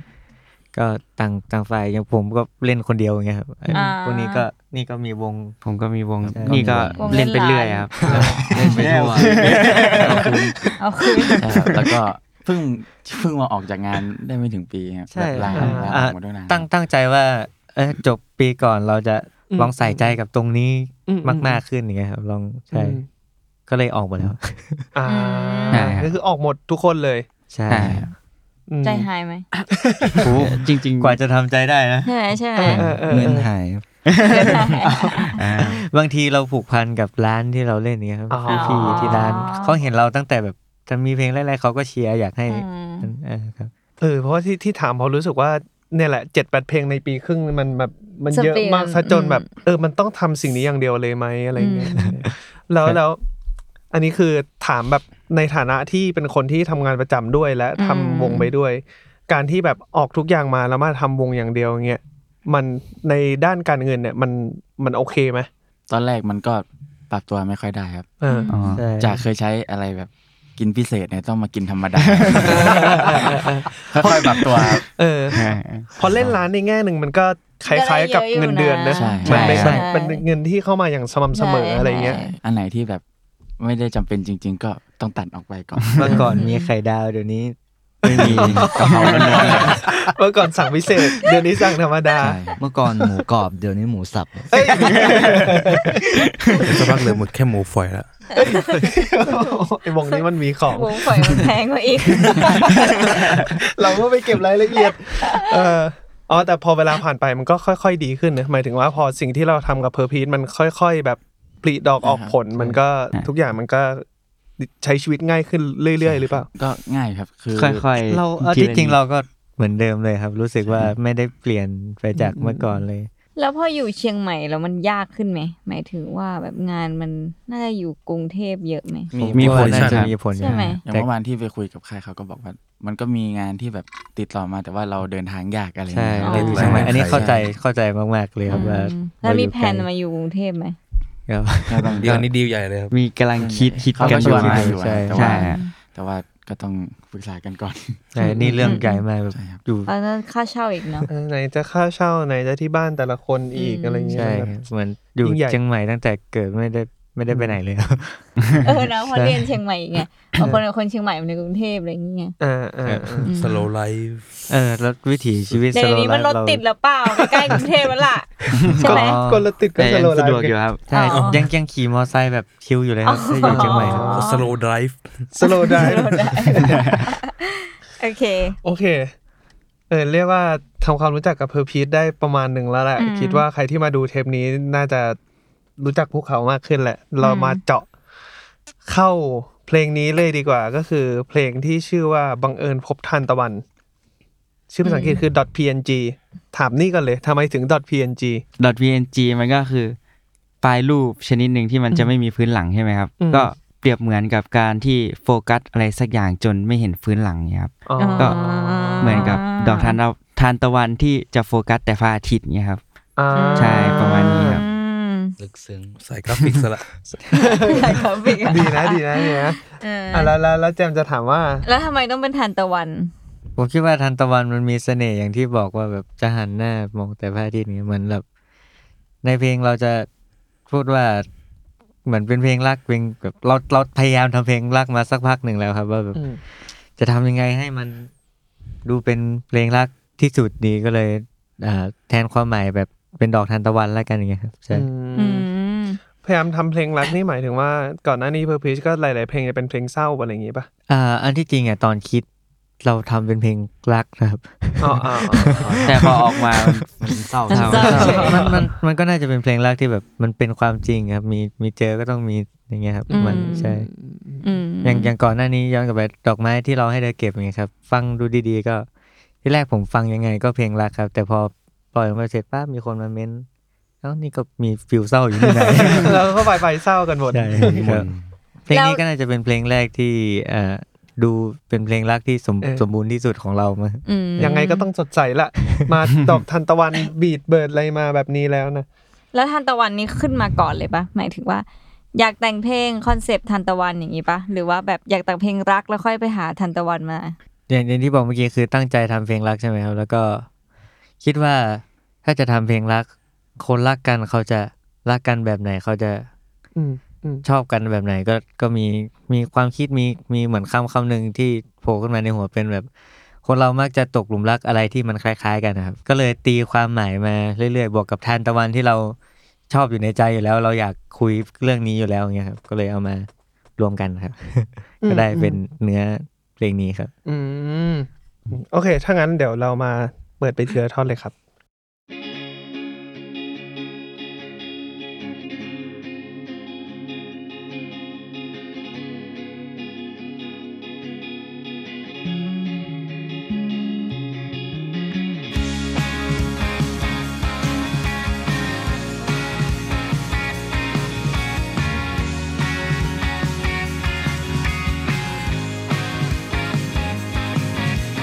[SPEAKER 6] ก็ต่างต่างฝ่ายอย่างผมก็เล่นคนเดียวอย่างเงี้ยครับไอ้
[SPEAKER 2] อ่า
[SPEAKER 6] พวกนี้ก็นี่ก็มีวง
[SPEAKER 4] ผมก็มีวง
[SPEAKER 6] ใช่
[SPEAKER 4] นี่ก็
[SPEAKER 2] วงเล่
[SPEAKER 4] เล่
[SPEAKER 2] น
[SPEAKER 4] นไปเรื่อยครับ
[SPEAKER 5] เล่นไปทั่ว
[SPEAKER 2] เอาคืน
[SPEAKER 7] ใช่ครับแล้วก็เพิ่งเพิ่งมาออกจากงานได้ไม่ถึงปีครับแบบลา
[SPEAKER 3] อ่า
[SPEAKER 7] ลาอ
[SPEAKER 6] อ่า
[SPEAKER 7] อกมาด้วยนะ
[SPEAKER 6] ตั้งตั้งใจว่าเออจบปีก่อนเราจะลองใส่ใจกับตรงนี้
[SPEAKER 3] อืม
[SPEAKER 6] มาก ๆขึ้นอย่างเงี้ยครับลองใช่
[SPEAKER 3] อืม
[SPEAKER 6] ก็เลยออกหมดแล้ว
[SPEAKER 3] อ่า
[SPEAKER 4] ใช่ครับ
[SPEAKER 3] ก็คือออกหมดทุกคนเลย
[SPEAKER 6] ใช่
[SPEAKER 4] ใช่ครับ
[SPEAKER 3] อืม
[SPEAKER 2] ใจหายไหม
[SPEAKER 4] โอ้จริง ๆ
[SPEAKER 6] กว่าจะทำใจได้นะ
[SPEAKER 2] ใช่ไหมใช่ไหม
[SPEAKER 3] เออเออ
[SPEAKER 5] เงิ
[SPEAKER 3] เอน อ
[SPEAKER 5] หายครับ
[SPEAKER 6] บางทีเราผูกพันกับร้านที่เราเล่นเนี่ยครับ
[SPEAKER 3] อ๋อ
[SPEAKER 6] พี่ที่ร้านเขาเห็นเราตั้งแต่แบบจะมีเพลงแรกๆเขาก็เชียร์อยากให้
[SPEAKER 2] อืม
[SPEAKER 6] เออครับ
[SPEAKER 3] เออเพราะว่าที่ที่ถามเพราะรู้สึกว่าเนี่ยแหละเจ็ดแปดเพลงในปีครึ่งมันแบบมันเยอะ
[SPEAKER 2] สเปน
[SPEAKER 3] มากซะจน
[SPEAKER 2] อืม
[SPEAKER 3] แบบ เออมันต้องทำสิ่งนี้อย่างเดียวเลยไหมอะไรเงี้ย
[SPEAKER 2] อืม
[SPEAKER 3] แล้วแล้ว อันนี้คือถามแบบในฐานะที่เป็นคนที่ทำงานประจำด้วยและทำวงไปด้วย การที่แบบออกทุกอย่างมาแล้วมาทำวงอย่างเดียวเงี้ยมันในด้านการเงินเนี่ยมันมันโอเคไหม
[SPEAKER 7] ตอนแรกมันก็ปรับตัวไม่ค่อยได้ครับ
[SPEAKER 3] เออ
[SPEAKER 4] อ๋อ
[SPEAKER 7] จากเคยใช้อะไรแบบกินพิเศษเนี่ยต้องมากินธรรมดาค่อยๆปรับตัวครับ
[SPEAKER 3] เออ พอเล่นร้านในแง่หนึ่งมันก็คล้าย ๆ กับเงินเดือนนะ
[SPEAKER 7] ใช่
[SPEAKER 3] มันเป็น
[SPEAKER 6] ใช่
[SPEAKER 3] มันเป็นเงินที่เข้ามาอย่างสม่ำเสมออะไรเงี้ย
[SPEAKER 2] ใช่
[SPEAKER 7] อันไหนที่แบบไม่ได้จำเป็นจริง ๆ ก็ต้องตัดออกไปก่อน
[SPEAKER 6] เมื่อก่อนมีไข่ดาวเดี๋ยวนี้
[SPEAKER 4] ไม่มีกะเพราล้วนๆเลย
[SPEAKER 3] เมื่อก่อนสั่งพิเศษ เดี๋ยวนี้สั่งธรรมดา
[SPEAKER 7] ใช่ครับ
[SPEAKER 5] เมื่อก่อนหมูกรอบเดี๋ยวนี้หมูสับ
[SPEAKER 8] สักพักเหลือหมดแค่หมูฝอยละ
[SPEAKER 3] ไอ้วงนี้มันมีของ
[SPEAKER 2] วง ฝอยมันแพงกว่าอีก
[SPEAKER 3] เราก็ไปเก็บรายละเอียด เออ อ๋อแต่พอเวลาผ่านไปมันก็ค่อย ๆ ดีขึ้นนะหมายถึงว่าพอสิ่งที่เราทำกับเพอร์พีทมันค่อย ๆ แบบปลีดอกออกผลมันก็
[SPEAKER 4] อ่า
[SPEAKER 3] ทุกอย่างมันก็ใช้ชีวิตง่ายขึ้นเรื่อย ๆ หรือเปล่า
[SPEAKER 7] ก็ง่ายครับ คือ
[SPEAKER 4] ค่อยๆ
[SPEAKER 6] เราเอา
[SPEAKER 4] ที
[SPEAKER 6] ที่
[SPEAKER 4] ละ
[SPEAKER 6] จริง
[SPEAKER 4] นิด
[SPEAKER 6] เราก็เหมือนเดิมเลยครับ รู้สึกว่าไม่ได้เปลี่ยนไปจากเมื่อก่อนเลย
[SPEAKER 2] แล้วพออยู่เชียงใหม่แล้วมันยากขึ้นไหมหมายถึงว่าแบบงานมันน่าจะอยู่กรุงเทพเยอะไหม
[SPEAKER 7] มี
[SPEAKER 6] มีผ
[SPEAKER 4] ผ
[SPEAKER 6] ล
[SPEAKER 4] ล
[SPEAKER 6] น่าจะ
[SPEAKER 4] ใช่ไหม
[SPEAKER 6] มีผล
[SPEAKER 2] ใช่ไหม
[SPEAKER 7] อย่าง
[SPEAKER 6] แต่
[SPEAKER 7] เมื่อวานที่ไปคุยกับค่ายเขาก็บอกว่า มันก็มีงานที่แบบติดต่อมาแต่ว่าเราเดินทางยากอะไร
[SPEAKER 6] ใช่
[SPEAKER 7] เงี้ย
[SPEAKER 6] ใน
[SPEAKER 7] ครับ
[SPEAKER 6] เชียงใหม่อันนี้เข้าใจเข้าใจมาก ๆ เลยครับว่า
[SPEAKER 2] อืมแล้วมี
[SPEAKER 6] เราอยู่
[SPEAKER 2] แผน
[SPEAKER 6] ไล
[SPEAKER 2] มาอยู่กรุงเทพไหม
[SPEAKER 6] ครับ
[SPEAKER 8] เดี๋ยวนี้ดีลใหญ่เลยครับ
[SPEAKER 4] มีกำลังคิดคิด
[SPEAKER 7] เขา
[SPEAKER 4] กัน
[SPEAKER 7] ก็ช
[SPEAKER 4] อยู่
[SPEAKER 7] วนมา
[SPEAKER 4] นะ
[SPEAKER 7] อยู่
[SPEAKER 4] ใช่
[SPEAKER 7] นะแต่
[SPEAKER 4] ใช่
[SPEAKER 7] ว่า
[SPEAKER 4] ฮะ
[SPEAKER 7] แต่ว่าก็ต้องปรึกษากันก่อน
[SPEAKER 6] ใช่นี่เรื่องใหญ่มากแบบ
[SPEAKER 7] ใช่ครับ
[SPEAKER 6] อยู่
[SPEAKER 2] ตอนนั้นค่าเช่าอีก เนาะ
[SPEAKER 3] เออไหนจะค่าเช่าไหนจะที่บ้านแต่ละคนอีก
[SPEAKER 2] อืม
[SPEAKER 3] อะไรเงี้ย
[SPEAKER 6] ใช่
[SPEAKER 3] แบบ
[SPEAKER 6] ครับเหมือนอยู่
[SPEAKER 3] ยิ่งใหญ่
[SPEAKER 6] เชียงใหม่ตั้งแต่เกิดไม่ได้ไม่ได้ไปไหน เลยครับ
[SPEAKER 2] เออนะเพอเรียนเชียงใหม่ไงบางคนเป็นคนเชียงใหม่อยู่ในกรุงเทพอะไรอย่างเงี้ย
[SPEAKER 3] อ่าอ่า
[SPEAKER 6] ครับ
[SPEAKER 3] อ่า
[SPEAKER 2] อืม
[SPEAKER 8] สโลไลฟ์
[SPEAKER 6] เออแล้ววิถีชีวิต
[SPEAKER 2] เดี๋
[SPEAKER 6] ส
[SPEAKER 2] ยว
[SPEAKER 6] โล
[SPEAKER 2] นี้
[SPEAKER 6] ไล
[SPEAKER 2] มัน
[SPEAKER 6] ฟ์
[SPEAKER 2] รถ
[SPEAKER 6] เรา
[SPEAKER 2] ติดหรือเปล่าใกล้กรุงเทพแล้ว ล่ะใช่ไหม
[SPEAKER 3] ก็รถติดก็
[SPEAKER 4] แต่
[SPEAKER 3] ส
[SPEAKER 4] ยัง
[SPEAKER 3] โลว์ไล
[SPEAKER 4] สะดวก
[SPEAKER 3] ฟ์
[SPEAKER 4] อยู่ครับ
[SPEAKER 2] อ๋
[SPEAKER 6] ใช่
[SPEAKER 2] อ
[SPEAKER 6] ยังยังขี่มอเตอร์ไซค์แบบชิวอยู่เลยครับถ้าอยู่เชียงใหม่ครับ
[SPEAKER 2] อ๋อ
[SPEAKER 8] สโลไลฟ์
[SPEAKER 3] สโลว์ไลฟ์
[SPEAKER 2] โอเค
[SPEAKER 3] โอเค เออเรียกว่าทำความรู้จักกับเพอร์พีทได้ประมาณหนึ่งแล้วแหละ
[SPEAKER 2] อืม
[SPEAKER 3] คิดว่าใครที่มาดูเทปนี้น่าจะรู้จักพวกเขามากขึ้นแหละ เรามาเจาะเข้าเพลงนี้เลยดีกว่า ก็คือเพลงที่ชื่อว่าบังเอิญพบทันตะวัน ชื่อภาษาอังกฤษคือ .png ถามนี่กันเลยทำไมถึง .png
[SPEAKER 4] .png มันก็คือไฟล์รูปชนิดหนึ่งที่มันจะไม่มีพื้นหลังใช่ไหมครับ
[SPEAKER 3] อืม
[SPEAKER 4] ก็เปรียบเหมือนกับการที่โฟกัสอะไรสักอย่างจนไม่เห็นพื้นหลังเนี่ยครับ
[SPEAKER 3] อ๋อ
[SPEAKER 4] ก็
[SPEAKER 2] า
[SPEAKER 4] เหมือนกับดอกทานเราทานตะวันที่จะโฟกัสแต่พระอาทิตย์เนี่ยครับ
[SPEAKER 3] อ่า
[SPEAKER 4] ใช่ประมาณนี้ครับ
[SPEAKER 2] อืม
[SPEAKER 8] ลึกซึ้งสายกราฟิกส ละ
[SPEAKER 2] หลายท็อปิกอะ
[SPEAKER 3] ดีนะดีนะดีนะ
[SPEAKER 2] เออ
[SPEAKER 3] อ่ะแล้วแล้วแล้วแจมจะถามว่า
[SPEAKER 2] แล้วทำไมต้องเป็นทานตะวัน
[SPEAKER 6] ผมคิดว่าทันตะวันมันมีเสน่ห์อย่างที่บอกว่าแบบจะหันหน้ามองแต่พระอาทิตย์เนี่ยเหมือนแบบในเพลงเราจะพูดว่าเหมือนเป็นเพลงรักเพลงแบบเราเราพยายามทำเพลงรักมาสักพักหนึ่งแล้วครับ ว่าแบบ
[SPEAKER 3] อืม
[SPEAKER 6] จะทำยังไงให้มันดูเป็นเพลงรักที่สุดดีก็เลยอ่าแทนความหมายแบบเป็นดอกทานตะวันแล้วกันอย่างเงี้ยครับใช่
[SPEAKER 2] อืม
[SPEAKER 3] พยายามทำเพลงรักนี่หมายถึงว่าก่อนหน้านี้เพอร์พีชก็หลาย ๆ เพลงจะเป็นเพลงเศร้าอะไรอย่างงี้ป่ะ
[SPEAKER 6] อ่าอันที่จริงอ่ะตอนคิดเราทำเป็นเพลงรักนะครับ
[SPEAKER 3] อ๋ออ๋ออ๋อ
[SPEAKER 4] แต่พอออกมามัน
[SPEAKER 5] มันเศร้า
[SPEAKER 2] มันเศร้า
[SPEAKER 6] มันมันมันก็น่าจะเป็นเพลงแรกที่แบบมันเป็นความจริงครับ มีมีเจอก็ต้องมีอย่างเงี้ยครับ
[SPEAKER 2] อืม
[SPEAKER 6] มันใช่
[SPEAKER 2] อืม
[SPEAKER 6] อย่างอย่างก่อนหน้านี้ย้อนกลับไปดอกไม้ที่เราให้เธอเก็บอย่างเงี้ยครับ ฟังดูดีๆ ก็ที่แรกผมฟังยังไงก็เพลงรักครับ แต่พอปล่อยออกมาเสร็จป้ามีคนมาเม้นเอ้านี่ก็มีฟิลเศร้าอยู่นี่ไหน
[SPEAKER 3] เราก็ไปไปเศร้ากันหมด
[SPEAKER 6] ใช่ครับเพลงนี้ก็น่าจะเป็นเพลงแรกที่เอ่อดูเป็นเพลงรักที่สมสมบูรณ์ที่สุดของเรามา
[SPEAKER 2] อืม
[SPEAKER 3] ยังไงก็ต้องสดใสละ มาดอกทันตะวันบีดเบิร์ดอะไรมาแบบนี้แล้วนะ
[SPEAKER 2] แล้วทานตะวันนี่ขึ้นมาก่อนเลยปะหมายถึงว่า อยากแต่งเพลงคอนเซปต์ทานตะวันอย่างงี้ปะหรือว่าแบบอยากแต่งเพลงรักแล้วค่อยไปหาทานตะวันมา
[SPEAKER 6] อย่างอย่างที่บอกเมื่อกี้คือตั้งใจทำเพลงรักใช่ไหมครับ แล้วก็คิดว่าถ้าจะทำเพลงรัก คนรักกันเขาจะรักกันแบบไหน เขาจะ
[SPEAKER 3] อืมอืม
[SPEAKER 6] ชอบกันแบบไหนก็ก็มีมีความคิดมีมีเหมือนคำคำหนึ่งที่โผล่ขึ้นมาในหัวเป็นแบบ คนเรามักจะตกหลุมรักอะไรที่มันคล้าย ๆ กันนะครับ ก็เลยตีความหมายมาเรื่อยๆ บวกกับทานตะวันที่เราชอบอยู่ในใจอยู่แล้ว เราอยากคุยเรื่องนี้อยู่แล้วอย่างเงี้ยครับ ก็เลยเอามารวมกันครับ ก็ได้เป็นเนื้อเพลงนี้ครับ
[SPEAKER 3] อืมโอเค ถ้างั้นเดี๋ยวเรามาเปิดไปทีละท่อนเลยครับ
[SPEAKER 10] บัง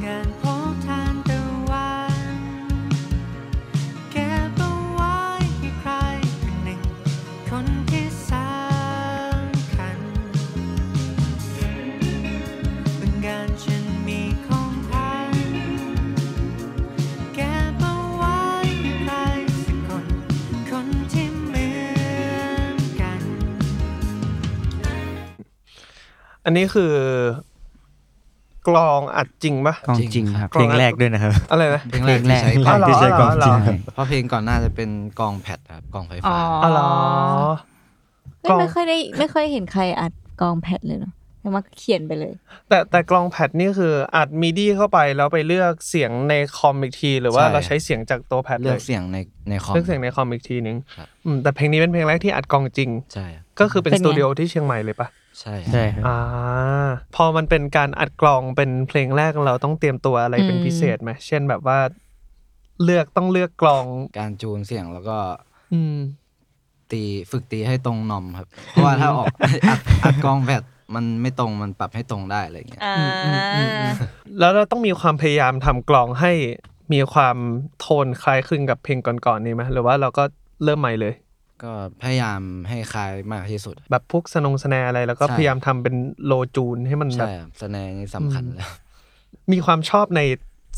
[SPEAKER 10] เอิญพบทานตะวันเก็บเอาไว้ให้ใครคนหนึ่ง คนที่สำคัญบังเอิญฉันมีของขวัญเก็บเอาไว้ให้ใครสักคน คนที่เหมือนกัน
[SPEAKER 3] อันนี้คือ กลองอัดจริงปะ
[SPEAKER 4] กองจริงครับ
[SPEAKER 3] ก
[SPEAKER 6] เพ
[SPEAKER 3] อ
[SPEAKER 6] ลงแรกด้วยนะครับ
[SPEAKER 3] อะไรนะ
[SPEAKER 5] เพลงแรกที่ใช้
[SPEAKER 4] เพลงแรก
[SPEAKER 5] กล้องที่ใช้กล้อง
[SPEAKER 3] อ๋อเหรอเหรอ
[SPEAKER 5] จริงครับเพราะเพลงก่อนหน้าจะเป็นกล้องแพดครับกล้องไฟ
[SPEAKER 2] อ๋
[SPEAKER 5] ฟ้า
[SPEAKER 2] อ
[SPEAKER 3] อ๋อเหรอ
[SPEAKER 2] เฮ้ยไม่เคยได้ไม่เคยเห็นใครอัดกลองแพดเลยเนาะแต่ แล้วมันก็เขียนไปเลย
[SPEAKER 3] แต่แต่กลองแพดนี่คืออัดมิดี้เข้าไปแล้วไปเลือกเสียงในคอมอีกที หรือว่า
[SPEAKER 5] ใช่
[SPEAKER 3] เราใช้เสียงจากตัวแพด
[SPEAKER 5] เลือกเสียงในในคอม
[SPEAKER 3] เลือกเสียงในคอมอีกทีนึง
[SPEAKER 5] ครับ
[SPEAKER 3] อืมแต่เพลงนี้เป็นเพลงแรกที่อัดกลองจริง
[SPEAKER 5] ใช่
[SPEAKER 3] ก็คือเป็น
[SPEAKER 2] เป็
[SPEAKER 3] ส
[SPEAKER 2] นไง
[SPEAKER 3] ตูดิโอที่เชียงใหม่เลยปะ
[SPEAKER 5] ใช่
[SPEAKER 6] ใช่ครับ
[SPEAKER 3] อ่าพอมันเป็นการอัดกลองเป็นเพลงแรกเราต้องเตรียมตัวอะไรเป็น
[SPEAKER 2] อืม
[SPEAKER 3] พิเศษไหมเช่นแบบว่า เลือกต้องเลือกกลอง
[SPEAKER 5] การจูนเสียงแล้วก็
[SPEAKER 3] อืม
[SPEAKER 5] ตีฝึกตีให้ตรงหนอมครับ เพราะว่าถ้าออกอัดอัดกล้องแพดมันไม่ตรงมันปรับให้ตรงได้อะไรอย่างเงี้ย
[SPEAKER 2] อ่า
[SPEAKER 3] แล้วเราต้องมีความพยายามทำกลองให้มีความโทนคล้ายคลึงกับเพลงก่อนๆนี่ไหมหรือว่าเราก็เริ่มใหม่เลย
[SPEAKER 5] ก็พยายามให้คล้ายมากที่สุด
[SPEAKER 3] แบบพวกสนงสแนอะไร แล้วก็
[SPEAKER 5] ใช่
[SPEAKER 3] พยายามทำเป็นโลจูนให้มันแบ
[SPEAKER 5] ใช่
[SPEAKER 3] บ
[SPEAKER 5] ครับสแนร์นี่สำคัญ
[SPEAKER 3] อืม
[SPEAKER 5] แล้ว
[SPEAKER 3] มีความชอบใน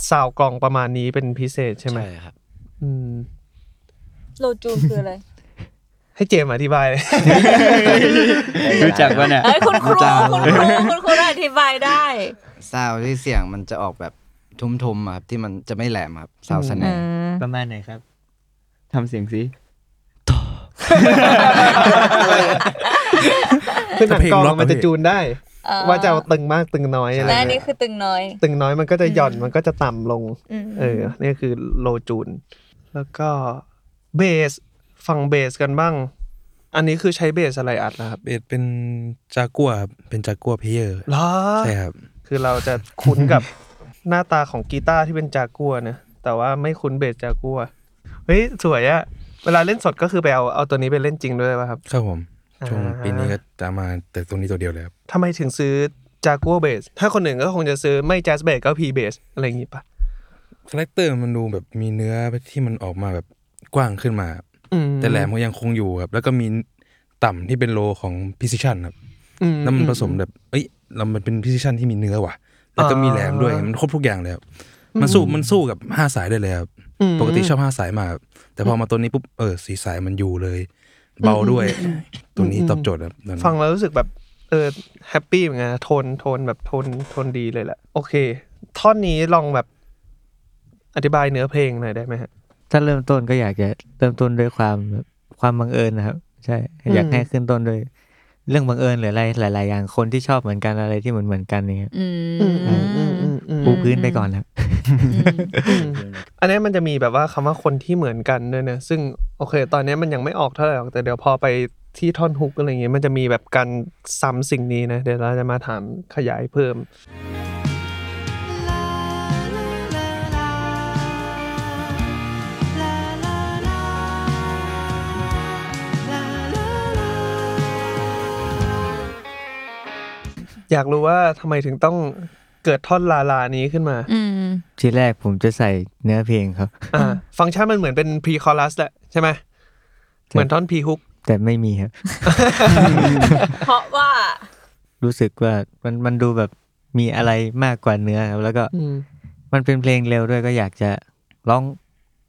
[SPEAKER 3] ซาวด์กลองประมาณนี้เป็นพิเศษใช่ไหม
[SPEAKER 5] ครับ
[SPEAKER 3] อืม
[SPEAKER 2] โลจูคืออะไร
[SPEAKER 3] ให้เจมส์อธิ บายเลย
[SPEAKER 4] รู้จักปะเนี่ย
[SPEAKER 2] เอ้ยคุณครู
[SPEAKER 5] จำ
[SPEAKER 2] คุณครูคุณครูอธิบายได้
[SPEAKER 5] ซาวด์ที่เสียงมันจะออกแบบทุ้มๆอะครับที่มันจะไม่แหลมครับซาวด์สแน
[SPEAKER 2] เอ
[SPEAKER 5] ร์
[SPEAKER 2] อ
[SPEAKER 6] ประมาณไหนครับ
[SPEAKER 4] ทำเสียงสิ
[SPEAKER 3] คือหนัง
[SPEAKER 8] เพลง
[SPEAKER 3] กลอง
[SPEAKER 8] ล็อกอะ
[SPEAKER 3] มันจะ
[SPEAKER 8] พี่
[SPEAKER 3] จูนได้
[SPEAKER 2] เออ
[SPEAKER 3] ว่าจะเอาตึงมากตึงน้อยอะไร
[SPEAKER 2] และอันนี้
[SPEAKER 3] เงี้ย
[SPEAKER 2] คือตึงน้อย
[SPEAKER 3] ตึงน้อยมันก็จะหย่อนมันก็จะต่ำลง
[SPEAKER 2] อืม
[SPEAKER 3] เออนี่คือโลจูน แล้วก็เบสฟังเบสกันบ้าง อันนี้คือใช้เบสอะไรอัดนะครับ
[SPEAKER 8] เบสเป็นจากัวครับเป็นจากัวเพเยอร์
[SPEAKER 3] เหรอ
[SPEAKER 8] ใช่ครับ
[SPEAKER 3] คือเราจะคุ้นกับหน้าตาของกีตาร์ที่เป็นจากัวนะแต่ว่าไม่คุ้นเบสจากัวเฮ้ยสวยอะเวลาเล่นสดก็คือไปเอาเอาตัวนี้ไปเล่นจริงด้วยป่ะครับ
[SPEAKER 8] ครับผมช่วง
[SPEAKER 3] อ่า
[SPEAKER 8] ปีนี้ก็จะมาแต่ตัวนี้ตัวเดียวเลยครับ
[SPEAKER 3] ทำไมถึงซื้อจากัวเบสถ้าคนอื่นก็คงจะซื้อไม่แจ๊สเบสก็พีเบสอะไรอย่างงี้ป่ะ
[SPEAKER 8] คาแรคเตอร์มันดูแบบมีเนื้อที่มันออกมาแบบกว้างขึ้นมา
[SPEAKER 3] อืม
[SPEAKER 8] แต่แหลมก็ยังคงอยู่ครับ แล้วก็มีต่ำที่เป็นโลของพิซิชันครับ
[SPEAKER 3] อืม
[SPEAKER 8] แล้วมันผสมแบบ เอ้ยเรามันเป็นพิซิชันที่มีเนื้อว่ะ แล้วก็มีแหลมด้วย
[SPEAKER 3] อ่ามั
[SPEAKER 8] มันครบทุกอย่างเลยครับมันสู้มันสู้กับห้าสายได้เลยครับ
[SPEAKER 3] อืม
[SPEAKER 8] ปกติชอบห้าสายมากครับแต่พอมาตัวนี้ปุ๊บเออสีสายมันอยู่เลย เบาด้วย ตัวนี้ตอบโจทย์ครับตัวนี้
[SPEAKER 3] ฟังแล้วรู้สึกแบบเออแฮปปี้เหมือนกันนะโทนโทนแบบโทนโทนดีเลยแหละโอเค ท่อนนี้ลองแบบอธิบายเนื้อเพลงหน่อยได้ไหมฮะ
[SPEAKER 6] ถ้าเริ่มต้นก็อยากจะเริ่มต้นด้วยความแบบความบังเอิญนะครับ ใช่อยาก
[SPEAKER 3] อืม
[SPEAKER 6] ให้ขึ้นต้นด้วย เรื่องบังเอิญหรืออะไรหลาย ๆ อย่างคนที่ชอบเหมือนกันอะไรที่เหมือนเหมือนๆกันเนี่ย
[SPEAKER 2] อื
[SPEAKER 3] อื
[SPEAKER 2] ม
[SPEAKER 3] มอืมอืมอืมอืม
[SPEAKER 6] ปูพื้นไปก่อนครับ
[SPEAKER 3] อันนี้มันจะมีแบบว่าคำว่าคนที่เหมือนกันด้วยนะซึ่งโอเค ตอนนี้มันยังไม่ออกเท่าไหร่หรอกแต่เดี๋ยวพอไปที่ท่อนฮุกอะไรอย่างเงี้ยมันจะมีแบบการซ้ำสิ่งนี้นะ เดี๋ยวเราจะมาถามขยายเพิ่ม อยากรู้ว่าทำไมถึงต้องเกิดท่อนลาลานี้ขึ้นมา
[SPEAKER 2] อืม
[SPEAKER 6] ทีแรกผมจะใส่เนื้อเพลงครับ
[SPEAKER 3] อ่า ฟังก์ชันมันเหมือนเป็นพรีคอรัสแหละใช่ไหมเหมือนท่อนพรีฮุก
[SPEAKER 6] แต่ไม่มีครับ
[SPEAKER 2] เพราะว่า
[SPEAKER 6] รู้สึกว่ามันมันดูแบบมีอะไรมากกว่าเนื้อครับ แล้วก็
[SPEAKER 3] อืม
[SPEAKER 6] มันเป็นเพลงเร็วด้วยก็อยากจะร้อง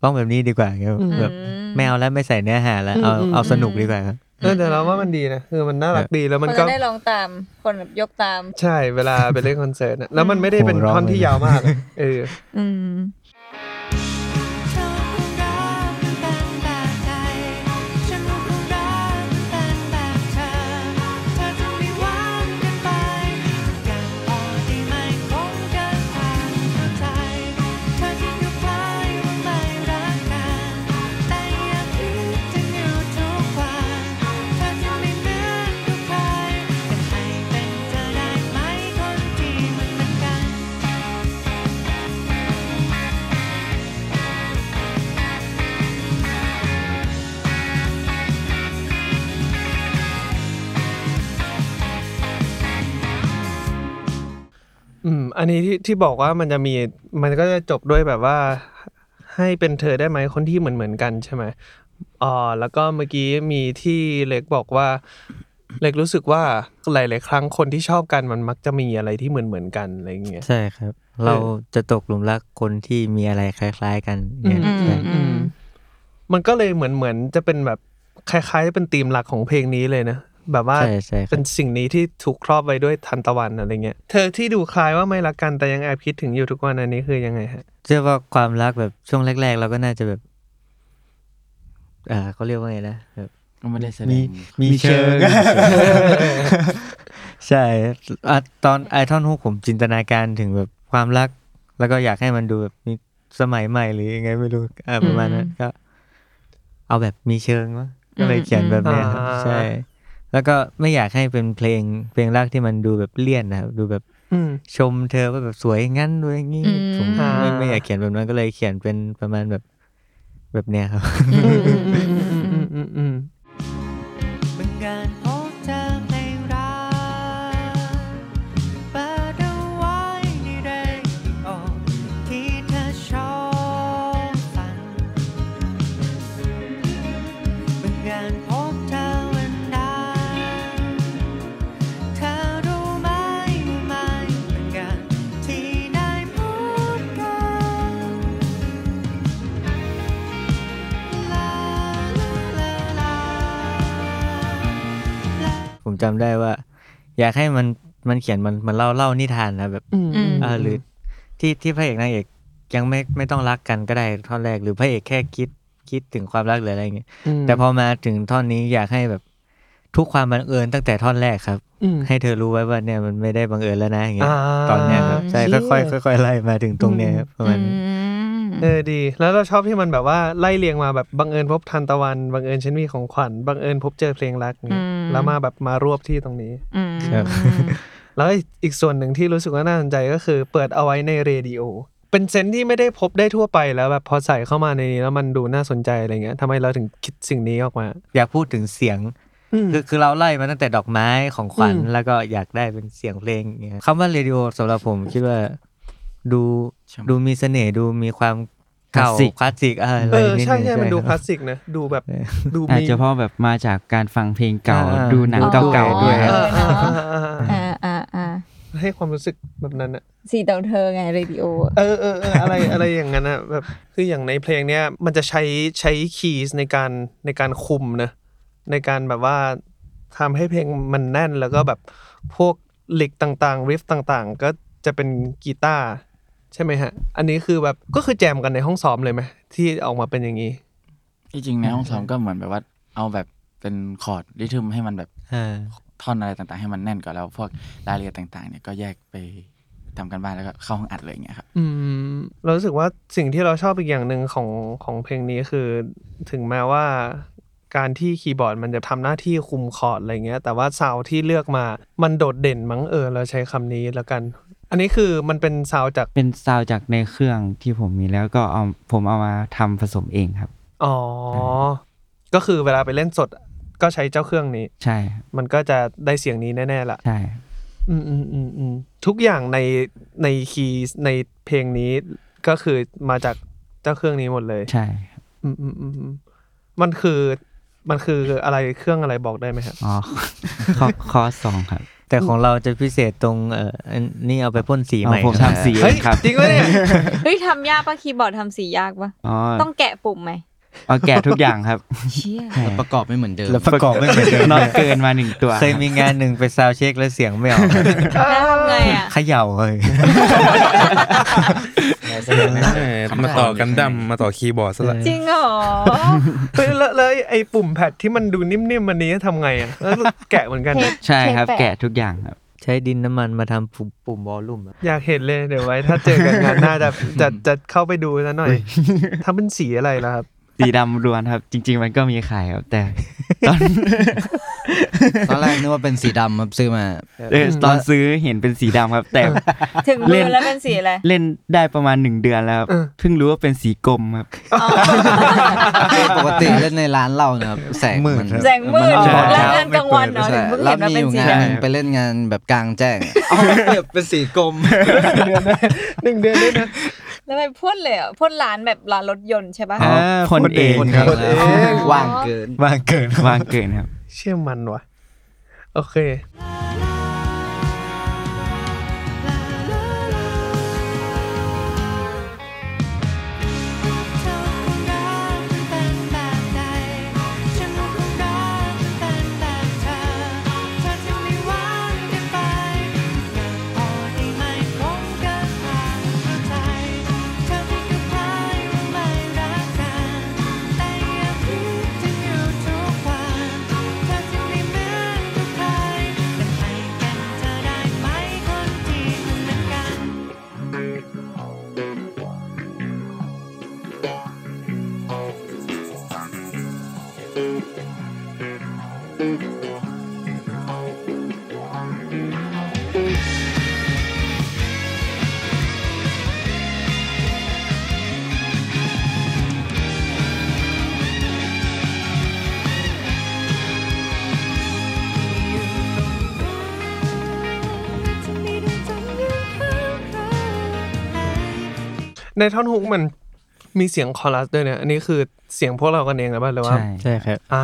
[SPEAKER 6] ร้องแบบนี้ดีกว่าครับ
[SPEAKER 3] อืม
[SPEAKER 6] แบบไม่เอาแล้วไม่ใส่เนื้อหาแล้วเอา
[SPEAKER 3] อืมอืม
[SPEAKER 6] เอาสนุกดีกว่าครับ
[SPEAKER 3] เออแต่เราว่ามันดีนะคือมันน่ารักดีแล้ว
[SPEAKER 2] มั
[SPEAKER 3] มัน น
[SPEAKER 2] ก็
[SPEAKER 3] ก็
[SPEAKER 2] ได้ลองตาม คนแบบยกตาม
[SPEAKER 3] ใช่เวลาไปเล่นคอนเสิร์ตน่ะแล้วมันไม่ได้เป็น
[SPEAKER 6] โหร้อง
[SPEAKER 3] ท่อนที่
[SPEAKER 6] เลยนะ
[SPEAKER 3] ยาวมากอะเออ
[SPEAKER 2] อืม
[SPEAKER 10] ฉันรู้รักเป็นแบบใดฉันรู้รักเป็นแบบเธอ เธอจะไม่หวานเกินไปกันพอดีไหมคงกันทางเข้าใจ เธอจะอยู่ใกล้ว่าไม่รักกัน แต่อยากคิดถึงอยู่ทุกวัน เธอจะไม่เหมือนกับใครจะให้เป็นเธอได้ไหมคนที่มันเหมือนกัน
[SPEAKER 3] อืม อันนี้ที่ที่บอกว่ามันจะมีมันก็จะจบด้วยแบบว่า ให้เป็นเธอได้ไหมคนที่เหมือนเหมือนกันใช่ไหมอ๋อแล้วก็เมื่อกี้มีที่เล็กบอกว่า เล็กรู้สึกว่าหลาย ๆ ครั้งคนที่ชอบกันมันมักจะมีอะไรที่เหมือนเหมือนกันอะไรอย่างเงี้ย
[SPEAKER 6] ใช่ครับ เราจะตกหลุมรักคนที่มีอะไรคล้าย ๆ กันเนี่ย
[SPEAKER 3] อืม
[SPEAKER 6] ใช่
[SPEAKER 2] อืม
[SPEAKER 3] มันก็เลยเหมือนเหมือนจะเป็นแบบคล้ายๆเป็นธีมหลักของเพลงนี้เลยนะแบบว่า
[SPEAKER 6] ใช่ใช่ครั
[SPEAKER 3] เป็
[SPEAKER 6] บ
[SPEAKER 3] นสิ่งนี้ที่ถูกครอบไว้ด้วยทันตะวันอะไรเงี้ย เธอที่ดูคล้ายว่าไม่รักกันแต่ยังแอบคิดถึงอยู่ทุกวันอันนี้คือยังไงฮะ
[SPEAKER 6] เชื่อว่าความรักแบบช่วงแรก ๆ เราก็น่าจะแบบ อ่าเขาเรียกว่าไงนะแบบ
[SPEAKER 7] ก็ไม่ได้แสด
[SPEAKER 6] มี
[SPEAKER 7] ง
[SPEAKER 6] มีเชิง ใช่อ่ะตอนไอทอนฮุกผมจินตนาการถึงแบบความรัก แล้วก็อยากให้มันดูแบบมีสมัยใหม่หรือยังไงไม่รู้อ่ะประมาณนั้นก็ เอาแบบมีเชิงวะก็เลยเขียนแบบเนี้ยครับ
[SPEAKER 3] อ่า
[SPEAKER 6] ใช่ แล้วก็ไม่อยากให้เป็นเพลงเพลงรักที่มันดูแบบเลี่ยนนะครับดูแบบ
[SPEAKER 3] อืม
[SPEAKER 6] ชมเธอว่าแบบสวยอย่างงั้นสวยอย่างงี้
[SPEAKER 11] อืม
[SPEAKER 6] ผมไม่
[SPEAKER 3] อ่า
[SPEAKER 6] ไม่อยากเขียนแบบนั้นก็เลยเขียนเป็นประมาณแบบแบบเนี้ยครับ
[SPEAKER 10] บางงานพบเจอในร้านเปิดเอาไว้ในแรงที่ออกที่เธอชอบฟังบางงานพบเธอวันนั้นเธอรู้ไหมว่าไม่บางงานที่ได้พูดกัน
[SPEAKER 6] ผมจำได้ว่า อยากให้มันมันเขียนมันมันเล่าเล่านิทานนะแบบ
[SPEAKER 3] อืมอืม
[SPEAKER 6] เออหรือที่ที่พระเอกนางเอกยังไม่ไม่ต้องรักกันก็ได้ท่อนแรกหรือพระเอกแค่คิดคิดถึงความรักหรืออะไรอย่างเงี้ย
[SPEAKER 3] อืม
[SPEAKER 6] แต่พอมาถึงท่อนนี้อยากให้แบบทุกความบังเอิญตั้งแต่ท่อนแรกครับ
[SPEAKER 3] อืม
[SPEAKER 6] ให้เธอรู้ไว้ว่าเนี่ยมันไม่ได้บังเอิญแล้วนะอย่างเงี้ย
[SPEAKER 3] อ่า
[SPEAKER 6] ตอนเนี้ยครับใช่
[SPEAKER 3] เชี่ย
[SPEAKER 6] ค่อยๆค่อยๆไล่มาถึงตรงเนี้ยครับประมาณนี้
[SPEAKER 3] เออดี แล้วเราชอบที่มันแบบว่าไล่เรียงมาแบบบังเอิญพบทันตะวันบังเอิญฉันมีของขวัญบังเอิญพบเจอเพลงรักเนี่
[SPEAKER 11] อื
[SPEAKER 3] ย
[SPEAKER 11] ม
[SPEAKER 3] แล้วมาแบบมารวบที่ตรงนี้
[SPEAKER 11] อืม
[SPEAKER 6] ครับ
[SPEAKER 3] แล้วอีกส่วนหนึ่งที่รู้สึกว่าน่าสนใจก็คือ เปิดเอาไว้ในเรดิโอ เป็นเซนส์ที่ไม่ได้พบได้ทั่วไปแล้วแบบพอใส่เข้ามาในนี้แล้วมันดูน่าสนใจอะไรเงี้ยทำไมเราถึงคิดสิ่งนี้ออกมา
[SPEAKER 6] อยากพูดถึงเสียง
[SPEAKER 3] อืม
[SPEAKER 6] คือคือเราไล่มาตั้งแต่ดอกไม้ของขวัญ
[SPEAKER 3] อืม
[SPEAKER 6] แล้วก็อยากได้เป็นเสียงเพลงอย่างเงี้ยคำว่าเรดิโอสำหรับผมคิดว่าดูดูมีเสน่ห์ดูมีความเก่า
[SPEAKER 4] คลาสสิก
[SPEAKER 6] คลาสสิกอะไร
[SPEAKER 3] เออ
[SPEAKER 6] นิด
[SPEAKER 3] ใช่
[SPEAKER 6] นึง
[SPEAKER 3] ใช่มันดูค
[SPEAKER 6] ค
[SPEAKER 3] ลา
[SPEAKER 6] รับ
[SPEAKER 3] สสิกนะดูแบบดู
[SPEAKER 4] อาจ
[SPEAKER 3] มี
[SPEAKER 4] จะเพราะแบบมาจากการฟังเพลงเก่า
[SPEAKER 6] อ่า
[SPEAKER 4] ดูหนังเก่าๆด้วยครับ
[SPEAKER 3] เออเออเออเออ
[SPEAKER 2] อ่าอ่าอ่า
[SPEAKER 3] ให้ความรู้สึกแบบนั้นอะ
[SPEAKER 2] สีเตาเธอไงเรดิโอ
[SPEAKER 3] เออเออเอออะไร อะไรอย่างนั้นอะแบบคืออย่างในเพลงเนี้ยมันจะใช้ใช้คีย์ในการในการคุมนะในการแบบว่าทำให้เพลงมันแน่นแล้วก็แบบพวกลิกต่างๆริฟต่างๆ ก็จะเป็นกีตาร์ใช่ไหมฮะ อันนี้คือแบบก็คือแจมกันในห้องซ้อมเลยไหมที่ออกมาเป็นอย่างนี้
[SPEAKER 7] ที่จริงในห้องซ้อมก็เหมือนแบบว่าเอาแบบเป็นคอร์ดริทึมให้มันแบบ
[SPEAKER 6] อ่า
[SPEAKER 7] ท่อนอะไรต่างๆ ให้มันแน่นก่อนแล้วพวกรายละเอียดต่างๆเนี่ยก็แยกไปทำกันบ้านแล้วก็เข้าห้องอัดเลยอย่างเงี้ยครับ
[SPEAKER 3] อืมเรารู้สึกว่าสิ่งที่เราชอบอีกอย่างหนึ่งของของเพลงนี้คือ ถึงแม้ว่าการที่คีย์บอร์ดมันจะทำหน้าที่คุมคอร์ดอะไรเงี้ย แต่ว่าซาวด์ที่เลือกมามันโดดเด่นมั้งเออ เราใช้คำนี้แล้วกัน อันนี้คือมันเป็นซาวด์จาก
[SPEAKER 4] เป็นซาวด์จากในเครื่องที่ผมมีแล้วก็เอาผมเอามาทำผสมเองครับ
[SPEAKER 3] อ๋อ ก็คือเวลาไปเล่นสดก็ใช้เจ้าเครื่องนี้
[SPEAKER 4] ใช่ครับ
[SPEAKER 3] มันก็จะได้เสียงนี้แน่ๆล่ะ
[SPEAKER 4] ใช่ครับ
[SPEAKER 3] อืมอืมอืมอืมทุกอย่างในในคีย์ในเพลงนี้ก็คือมาจากเจ้าเครื่องนี้หมดเลย
[SPEAKER 4] ใช่ครับ
[SPEAKER 3] อืมอืมอืมอืมมันคือมันคืออะไรเครื่องอะไรบอกได้ไหมครับ
[SPEAKER 4] อ๋อ ข้อข้อสองครับ
[SPEAKER 6] แต่ของเราจะพิเศษตรงเอออันนี่เอาไปพ่นสีให
[SPEAKER 4] เอา
[SPEAKER 6] ม่
[SPEAKER 4] ผม
[SPEAKER 6] ครับ
[SPEAKER 4] ทำสีเอ
[SPEAKER 3] เฮ้ย
[SPEAKER 4] งครับ
[SPEAKER 3] จริงไหมเนี่ย
[SPEAKER 2] เฮ้ยทำยากปะคีย์บอร์ดทำสียากปะ
[SPEAKER 4] อ๋อ
[SPEAKER 2] ต้องแกะปุ่มไหม
[SPEAKER 4] เอาแกะทุกอย่างครับ
[SPEAKER 2] เชี่ย
[SPEAKER 4] ใช่
[SPEAKER 5] ประกอบไม่เหมือนเดิม
[SPEAKER 6] แล้วประกอบไม่เหมือนเดิม
[SPEAKER 4] นอกเกินมาหนึ่งตัว
[SPEAKER 6] เคยมีงานหนึ่งไปซาวเช็คแล้วเสียงไม่ออก
[SPEAKER 2] แล้วทำไงอ่ะ
[SPEAKER 6] เขย่าเลย
[SPEAKER 8] แหมมาต่อกันดั้มมาต่อคีย์บอร์ดซะละ
[SPEAKER 2] จริงเหรอ
[SPEAKER 3] เฮ้ยแล้วแล้วไอ้ปุ่มแพดที่มันดูนิ่มๆมันนี้ทำไงอ่ะแล้วแกะเหมือนกันนะ
[SPEAKER 4] ใช่ครับ
[SPEAKER 2] เคยแปะ
[SPEAKER 4] แกะทุกอย่างครับ
[SPEAKER 6] ใช้ดินน้ำมันมาทำปุ่มปุ่มวอลลุ่มอะ
[SPEAKER 3] อยากเห็นเลยเดี๋ยวไว้ ถ้าเจอกันงานหน้าจะจะจะเข้าไปดูซะหน่อยทำเป็นสีอะไรล่ะครับ
[SPEAKER 4] สีดำล้วนครับ จริง ๆ มันก็มีขายครับ แต่ ตอน
[SPEAKER 5] ตอนแรกนึกว่าเป็นสีดำครับซื้อมา
[SPEAKER 4] เออตอนซื้อเห็นเป็นสีดำครับ แต่
[SPEAKER 2] ถึงมื
[SPEAKER 4] เล่
[SPEAKER 2] อน แล้วเป็นสีอะไร
[SPEAKER 4] เล่นได้ประมาณหนึ่งเดือนแล้วครับ
[SPEAKER 3] เออ
[SPEAKER 4] เพิ่งรู้ว่าเป็นสีกลมครับ
[SPEAKER 5] ปกติเล่นในร้านเรานะครับแสงมัน
[SPEAKER 2] แสงมืด
[SPEAKER 5] น
[SPEAKER 2] แล้วนง
[SPEAKER 5] อเช้า
[SPEAKER 2] านกลางวันเนาะถึงเพิ่ง
[SPEAKER 5] แล้
[SPEAKER 2] เห็
[SPEAKER 5] วน
[SPEAKER 2] ว่าเป็
[SPEAKER 5] มีอน ยู่
[SPEAKER 2] สี
[SPEAKER 5] งาน
[SPEAKER 2] ดำ
[SPEAKER 5] หนึ่งไปเล่นงานแบบกลางแจ้ง
[SPEAKER 7] เอาเปรียบเป็นสีกลม
[SPEAKER 3] หนึ่งเดือนด้วยนะ
[SPEAKER 2] แล้วไปพ่นเลยเหรอ่ะพ่นร้านแบบร้านรถยนต์ใช่ปะ
[SPEAKER 4] อ๋อพ่นเอง
[SPEAKER 5] คน
[SPEAKER 4] ค
[SPEAKER 5] เดี
[SPEAKER 4] รั
[SPEAKER 5] ย
[SPEAKER 4] บ
[SPEAKER 5] วแล้วว่างเกิน
[SPEAKER 6] มากเกิน
[SPEAKER 4] วางเกินครับ
[SPEAKER 3] เชื่อมันว่ะ โอเค
[SPEAKER 10] เธอคงรักมันเป็นแบบใด ฉันก็คงรักมันเป็นแบบเธอ เธอจะไม่หวานเกินไปอยากพอได้ไหมคงเกินทางเข้าใจ เธอไม่กับใครว่าไม่รักกัน แต่อย่าคิดจะอยู่ทุกวัน เธอจะไม่เหมือนกับใครแต่เธ
[SPEAKER 3] ในท่อนฮุกมันมีเสียงคอรัสด้วยเนี่ย อันนี้คือเสียงพวกเรากันเองหรือเปล่าหรือว่า
[SPEAKER 6] ใช่ครับ
[SPEAKER 3] อ่า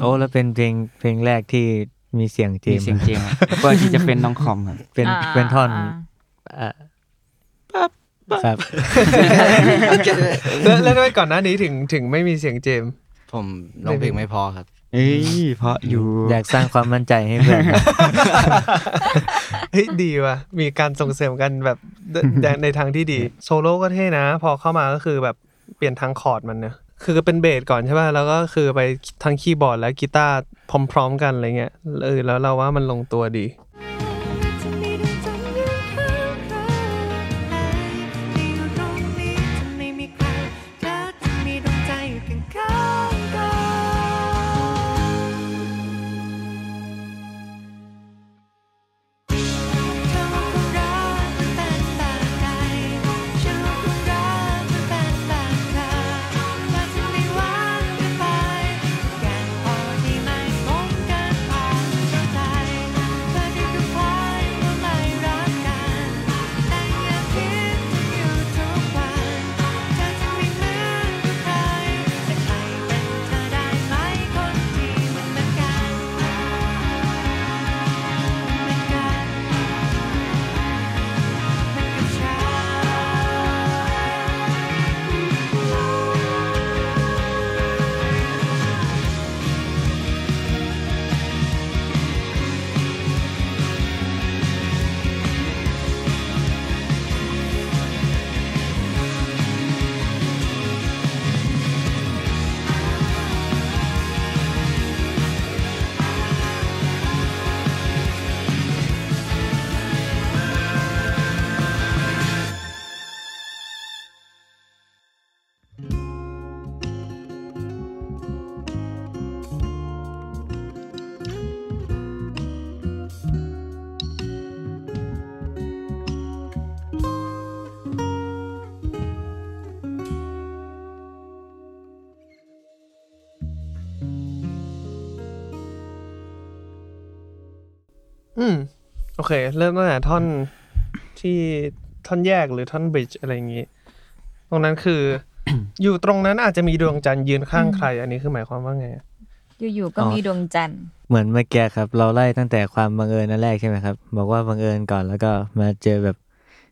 [SPEAKER 6] โอ้แล้วเป็นเพลงเพลงแรกที่มีเสียงเจม
[SPEAKER 4] มีเสียงเจมส์ครับก่อนที่จะเป็นน้องคอมครับ
[SPEAKER 6] เป็น
[SPEAKER 2] อ่า
[SPEAKER 6] เป็นท่อน
[SPEAKER 2] อ่า
[SPEAKER 6] อ่าครับ
[SPEAKER 3] แล้วแล้วทำไมก่อนหน้านี้ถึงถึงไม่มีเสียงเจมส์
[SPEAKER 5] ผมร้องเพลงไม่พอครับ
[SPEAKER 4] เอ้ยเพราะอยู่
[SPEAKER 6] อยากสร้างความมั่นใจให้เพื่อน
[SPEAKER 3] เฮ้ยดีว่ะ มีการส่งเสริมกันแบบในในในทางที่ดี โซโล่ก็เท่นะ พอเข้ามาก็คือแบบเปลี่ยนทางคอร์ดมันเนอะคือเป็นเบสก่อนใช่ป่ะ แล้วก็คือไปทั้งคีย์บอร์ดและกีตาร์พร้อมๆกันอะไรเงี้ยเออแล้วเราว่ามันลงตัวดี อืม โอเค เริ่มตั้งแต่ท่อนที่ท่อนแยกหรือท่อนบริดจ์อะไรอย่างนี้ ตรงนั้นคือ อยู่ตรงนั้นอาจจะมีดวงจันทร์ยืนข้างใคร อันนี้คือหมายความว่าไงอะ
[SPEAKER 2] อยู่ๆก็
[SPEAKER 6] อ๋อ
[SPEAKER 2] มีดวงจันทร์
[SPEAKER 6] เหมือนเมื่อกี้ครับ เราไล่ตั้งแต่ความบังเอิญนั่นแรกใช่ไหมครับ บอกว่าบังเอิญก่อนแล้วก็มาเจอแบบ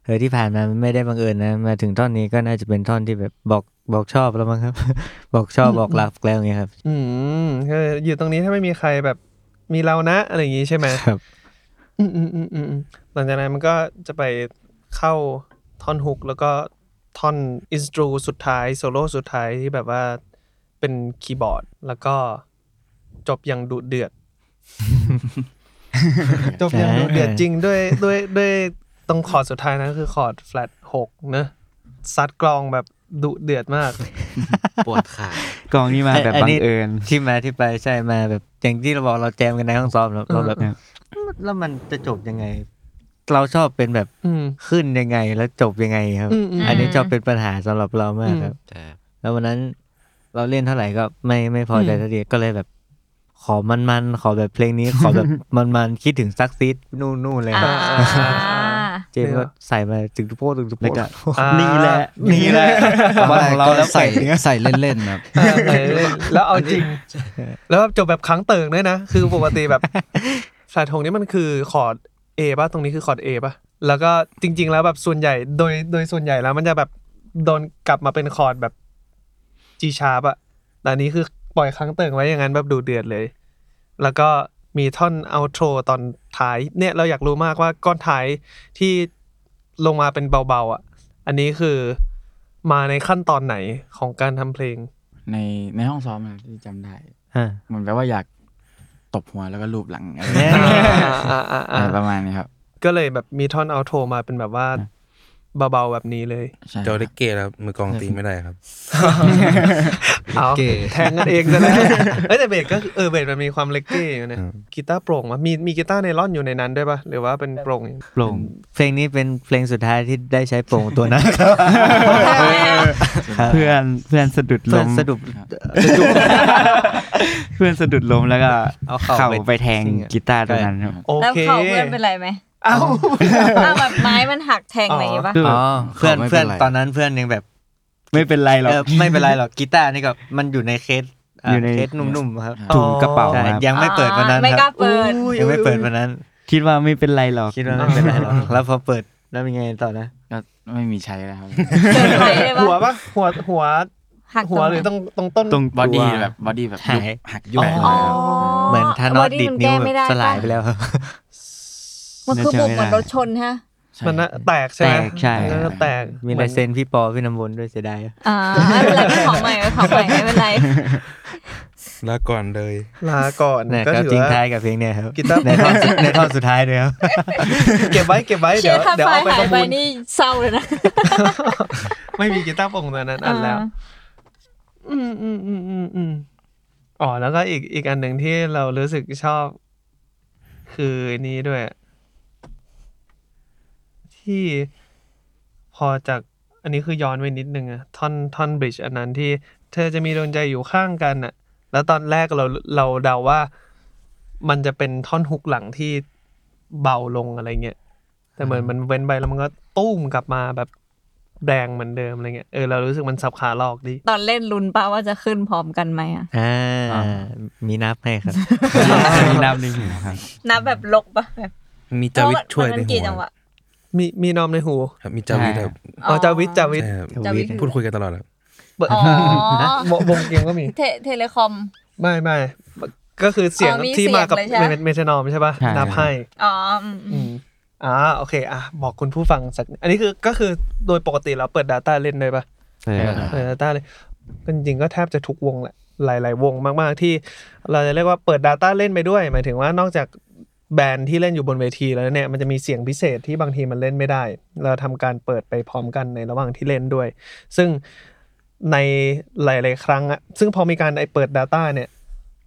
[SPEAKER 6] เออที่ผ่านมามันไม่ได้บังเอิญนะ มาถึงท่อนนี้ก็น่าจะเป็นท่อนที่แบบบอกบอกชอบแล้วมั้งครับ บอกชอบบอกรักแล้วอย่างเงี้ยครับ
[SPEAKER 3] อืมคืออยู่ตรงนี้ถ้าไม่มีใครแบบมีเรานะ อะไรอย่างนี้ใช่ไหม
[SPEAKER 6] ครับ
[SPEAKER 3] อืมอืมอืมอืมอืมหลังจากนั้นมันก็จะไปเข้าท่อนฮุกแล้วก็ท่อนอินสตรูสุดท้ายโซโล่สุดท้ายที่แบบว่าเป็นคีย์บอร์ด แล้วก็จบอย่างดุเดือด จบอย่างดุเดือดจริงด้วยด้วยด้วยตรงคอร์ดสุดท้ายนะคือคอร์ดแฟลตหกเนอะซัดกลองแบบดุเดือดมาก
[SPEAKER 5] ปวดขาก
[SPEAKER 4] องนี้มาแบบ
[SPEAKER 6] น
[SPEAKER 4] บัง
[SPEAKER 6] นี้
[SPEAKER 4] เอิญ
[SPEAKER 6] ที่มาที่ไปใช่มาแบบอย่างที่เราบอกเราแจมกันในห้องซ้อมแล้วเราแบบ
[SPEAKER 4] อืม
[SPEAKER 6] แล้วมันจะจบยังไง เราชอบเป็นแบบ
[SPEAKER 3] อืม
[SPEAKER 6] ขึ้นยังไงแล้วจบยังไงครับ
[SPEAKER 3] อืมอืม
[SPEAKER 6] อันนี้ชอบเป็นปัญหาสำหรับเรามากครับ
[SPEAKER 5] แต่
[SPEAKER 6] แล้ววันนั้นเราเล่นเท่าไหร่ก็ไม่ไม่พอใจ
[SPEAKER 3] อืม
[SPEAKER 6] ทักทีก็เลยแบบ ขอมันมันๆขอแบบเพลงนี้ ขอแบบ มันมันๆคิดถึงซักซีดนู่นนู่นเลยครับ
[SPEAKER 2] อ่า
[SPEAKER 6] เจมส์ก็ใส่มาถึงทุกโพสถึงทุกโพ
[SPEAKER 4] แล้ว
[SPEAKER 6] ส
[SPEAKER 4] ก็
[SPEAKER 3] อ่า
[SPEAKER 4] นี่แหละนี่แหละวันของเราแล้ว
[SPEAKER 5] ใส่
[SPEAKER 4] ใส่เนี่ย
[SPEAKER 5] ใส่เล่นๆครับ
[SPEAKER 3] เออเออแล้วเอาจริง แล้วจบแบบค้างเติ่งด้วยนะ คือปกติแบบ สายทงนี่มันคือคอร์ด A ป่ะ ตรงนี้คือคอร์ด A ป่ะ แล้วก็จริง ๆ แล้วแบบส่วนใหญ่โดยโดยส่วนใหญ่แล้วมันจะแบบโดนกลับมาเป็นคอร์ดแบบ G sharp อะแต่อันนี้คือปล่อยค้างเติ่งไว้อย่างนั้นแบบดูเดือดเลย แล้วก็มีท่อนเอาโทรตอนท้าย เนี่ยเราอยากรู้มากว่าก้อนท้ายที่ลงมาเป็นเบาๆอ่ะ อันนี้คือมาในขั้นตอนไหนของการทำเพลง
[SPEAKER 7] ในในห้องซ้อมอะที่จำได้
[SPEAKER 6] อ่า
[SPEAKER 7] มันแปลว่าอยากตบหัวแล้วก็ลูบหลังอะไร
[SPEAKER 6] เนี่ย
[SPEAKER 7] อะไรประมาณนี้ครับ
[SPEAKER 3] ก็เลยแบบมีท่อนเอาโทรมาเป็นแบบว่าเบาๆแบบนี้เลย
[SPEAKER 7] ใช่
[SPEAKER 8] เจ้าเล็กเกตครับมือกลองตีไม่ได้ครับ
[SPEAKER 3] เอา
[SPEAKER 5] เก๋
[SPEAKER 3] แทงกันเองซะแล้วเอ้ยแต่เบสก็คือเออเบสมันมีความเล็กเก้อยู่นะ
[SPEAKER 8] อืม
[SPEAKER 3] กีตาร์โปร่งวะมีมีกีตาร์ไนล่อนอยู่ในนั้นด้วยปะหรือว่าเป็นโปร่งอย่างเดียว
[SPEAKER 4] โปร่ง
[SPEAKER 6] เพลงนี้เป็นเพลงสุดท้ายที่ได้ใช้โปร่งตัวนั้นครับ
[SPEAKER 4] เพื่อนเพื่อนสะดุดล
[SPEAKER 6] เพื่อน
[SPEAKER 4] ม
[SPEAKER 6] สะดุด
[SPEAKER 4] เพื่อนสะดุดลมแล้วก็
[SPEAKER 6] เอาเข่า
[SPEAKER 4] เข่า
[SPEAKER 6] ไป
[SPEAKER 4] ไปแทง
[SPEAKER 6] ซิ่งอะ
[SPEAKER 4] กีตาร์ตรงนั้นครับ
[SPEAKER 3] โอ
[SPEAKER 2] แล้ว
[SPEAKER 3] เค
[SPEAKER 2] เขาเพื่อนเป็นไรไหม
[SPEAKER 3] อ้าว
[SPEAKER 2] อ้าวแบบไม้มันหักแทงอะไรอย่างงี้ปะ
[SPEAKER 6] อ๋อเพื่อน
[SPEAKER 5] เขาไม่
[SPEAKER 6] เพื่อน
[SPEAKER 5] เป็นไร
[SPEAKER 6] ตอนนั้นเพื่อนยังแบบ
[SPEAKER 4] ไม่เป็นไรหรอก
[SPEAKER 6] เออไม่เป็นไรหรอกกีตาร์นี่ก็มันอยู่ในเคสอ่า
[SPEAKER 4] อยู่ใน
[SPEAKER 6] เคสหนุ่มๆครับ
[SPEAKER 4] ถุงกระเป๋า
[SPEAKER 6] ใช่
[SPEAKER 4] ครับ
[SPEAKER 6] ยังไม่เปิดวันนั้น
[SPEAKER 2] ไม่
[SPEAKER 6] ค
[SPEAKER 2] ก
[SPEAKER 6] รั
[SPEAKER 2] ล้า
[SPEAKER 6] บ
[SPEAKER 2] เปิด
[SPEAKER 6] ยังไม่เปิดวันนั้น
[SPEAKER 4] คิดว่าไม่เป็นไรหรอก
[SPEAKER 6] คิดว่าไม่เป็นไรหรอกแล้วพอเปิดแล้วเป็นไงต่อนะ
[SPEAKER 7] ก็ไม่มีใช้แล้วครับ
[SPEAKER 2] เจอใครเลยปะ
[SPEAKER 3] หัวปะหัวหัว
[SPEAKER 2] หัก
[SPEAKER 3] หัวหรือตรงตรงต้น
[SPEAKER 4] ตรง
[SPEAKER 7] บอ
[SPEAKER 4] ตัว
[SPEAKER 7] ดี้แบบบอดี้แบบยุบ
[SPEAKER 6] หาย
[SPEAKER 7] หักยุบไปเลย
[SPEAKER 2] อ๋อ
[SPEAKER 7] ครับ
[SPEAKER 6] เหมือนทานอสดิด
[SPEAKER 2] มั
[SPEAKER 6] นิ้ว
[SPEAKER 2] แก้ไม่
[SPEAKER 6] แบบ
[SPEAKER 2] ไปะ
[SPEAKER 6] สลายไปแล้ว
[SPEAKER 2] มันคือบุกเหมือนรถชนฮะ
[SPEAKER 7] ใช่
[SPEAKER 3] มันน่ะแตกใช่ไหม
[SPEAKER 4] แตกใช่
[SPEAKER 3] เออแตก
[SPEAKER 6] มีลายเซ็นพี่ปอพี่น้ำวนด้วยเสียดาย
[SPEAKER 2] อ่าไม่เป็นไรไม่ขอใหม่ไม่ขอใหม่ไม่เป็นไร
[SPEAKER 8] ลาก่อนเลย
[SPEAKER 3] ลาก่อน
[SPEAKER 6] เนี่ย
[SPEAKER 3] ก็
[SPEAKER 6] ก็
[SPEAKER 3] ถือ
[SPEAKER 6] จริง
[SPEAKER 3] ว่า
[SPEAKER 6] ท้ายกับเพลงเนี่ยครับ
[SPEAKER 3] กีตาร์
[SPEAKER 6] ในท่อนสุดในท่อนสุดท้ายด้วยครับ
[SPEAKER 3] เก็บไว้เก็บไว้เดี๋
[SPEAKER 2] ชื่
[SPEAKER 3] ย
[SPEAKER 2] อ
[SPEAKER 3] ว
[SPEAKER 2] ค่า
[SPEAKER 3] เดี๋ยว
[SPEAKER 2] ไฟ
[SPEAKER 3] เอาไป
[SPEAKER 2] หา
[SPEAKER 3] ป
[SPEAKER 2] ย
[SPEAKER 3] ระ
[SPEAKER 2] ไป
[SPEAKER 3] มูล
[SPEAKER 2] นี่เศร้าเลยนะ
[SPEAKER 3] ไม่มีกีตาร์โปร่งตอนนั้นอันแล้ว อืมอืมอืมอืมอืมอ๋อแล้วก็อีกอีกอันหนึ่งที่เรารู้สึกชอบ คือนี้ด้วย ที่พอจากอันนี้คือย้อนไปนิดนึงอะท่อนท่อนบริดจ์อันนั้นที่เธอจะมีดวงใจอยู่ข้างกันอะแล้วตอนแรกเราเราเดาว่า มันจะเป็นท่อนฮุกหลังที่เบาลงอะไรเงี้ยแต่เหมือนมันเว้นไปแล้วมันก็ตุ้มกลับมาแบบแรงเหมือนเดิมอะไรเงี้ยเออเรารู้สึกมันสับขาหลอกดี
[SPEAKER 2] ตอนเล่นลุ้นป้าว่าจะขึ้นพร้อมกันไหมอ่ะ
[SPEAKER 6] อ่ามีนับให้ครับ
[SPEAKER 4] มีน้ำในหัวครับ
[SPEAKER 2] นับแบบลกปะแบบ
[SPEAKER 8] มีจาวิทช่วย
[SPEAKER 2] เพราะา
[SPEAKER 8] ใน
[SPEAKER 2] มัน
[SPEAKER 8] หั
[SPEAKER 2] กี่
[SPEAKER 8] ว
[SPEAKER 2] จังหวะ
[SPEAKER 3] มีมีนอมในหู
[SPEAKER 8] ครับมีจาวิทครับ
[SPEAKER 3] อ๋อจาวิทจาวิท
[SPEAKER 8] ใช่ครับ
[SPEAKER 2] จาวิท
[SPEAKER 8] พูดคุยกันตลอดครับ
[SPEAKER 3] เปิด
[SPEAKER 2] อ๋อ
[SPEAKER 3] วงวงเกมก็มี
[SPEAKER 2] เทเทเลคอม
[SPEAKER 3] ไม่ไม่ก็คือเสียง
[SPEAKER 2] อ๋อมี
[SPEAKER 3] ที่มากับ
[SPEAKER 2] เสียงเลยใช่ไหม
[SPEAKER 3] เมทานอมใช่ป่ะ
[SPEAKER 4] ใช่
[SPEAKER 3] นับให้
[SPEAKER 2] อ๋ออืมอื
[SPEAKER 3] อื
[SPEAKER 2] ม
[SPEAKER 3] มอ่าโอเค อ่ะ บอกคุณผู้ฟังสัก อันนี้คือก็คือโดยปกติเราเปิด Data เล่นเลยป่ะ
[SPEAKER 4] ใช่ครับ
[SPEAKER 3] เปิด Data เลยก็จริงๆก็แทบจะทุกวงแหละ หลาย ๆ วงมาก ๆ ที่ เราจะเรียกว่าเปิด Data เล่นไปด้วย หมายถึงว่านอกจากแบรนด์ที่เล่นอยู่บนเวทีแล้วเนี่ยมันจะมีเสียงพิเศษที่บางทีมันเล่นไม่ได้ เราทำการเปิดไปพร้อมกันในระหว่างที่เล่นด้วย ซึ่งในหลาย ๆ ครั้งอะซึ่งพอมีการไอเปิด Data เนี่ย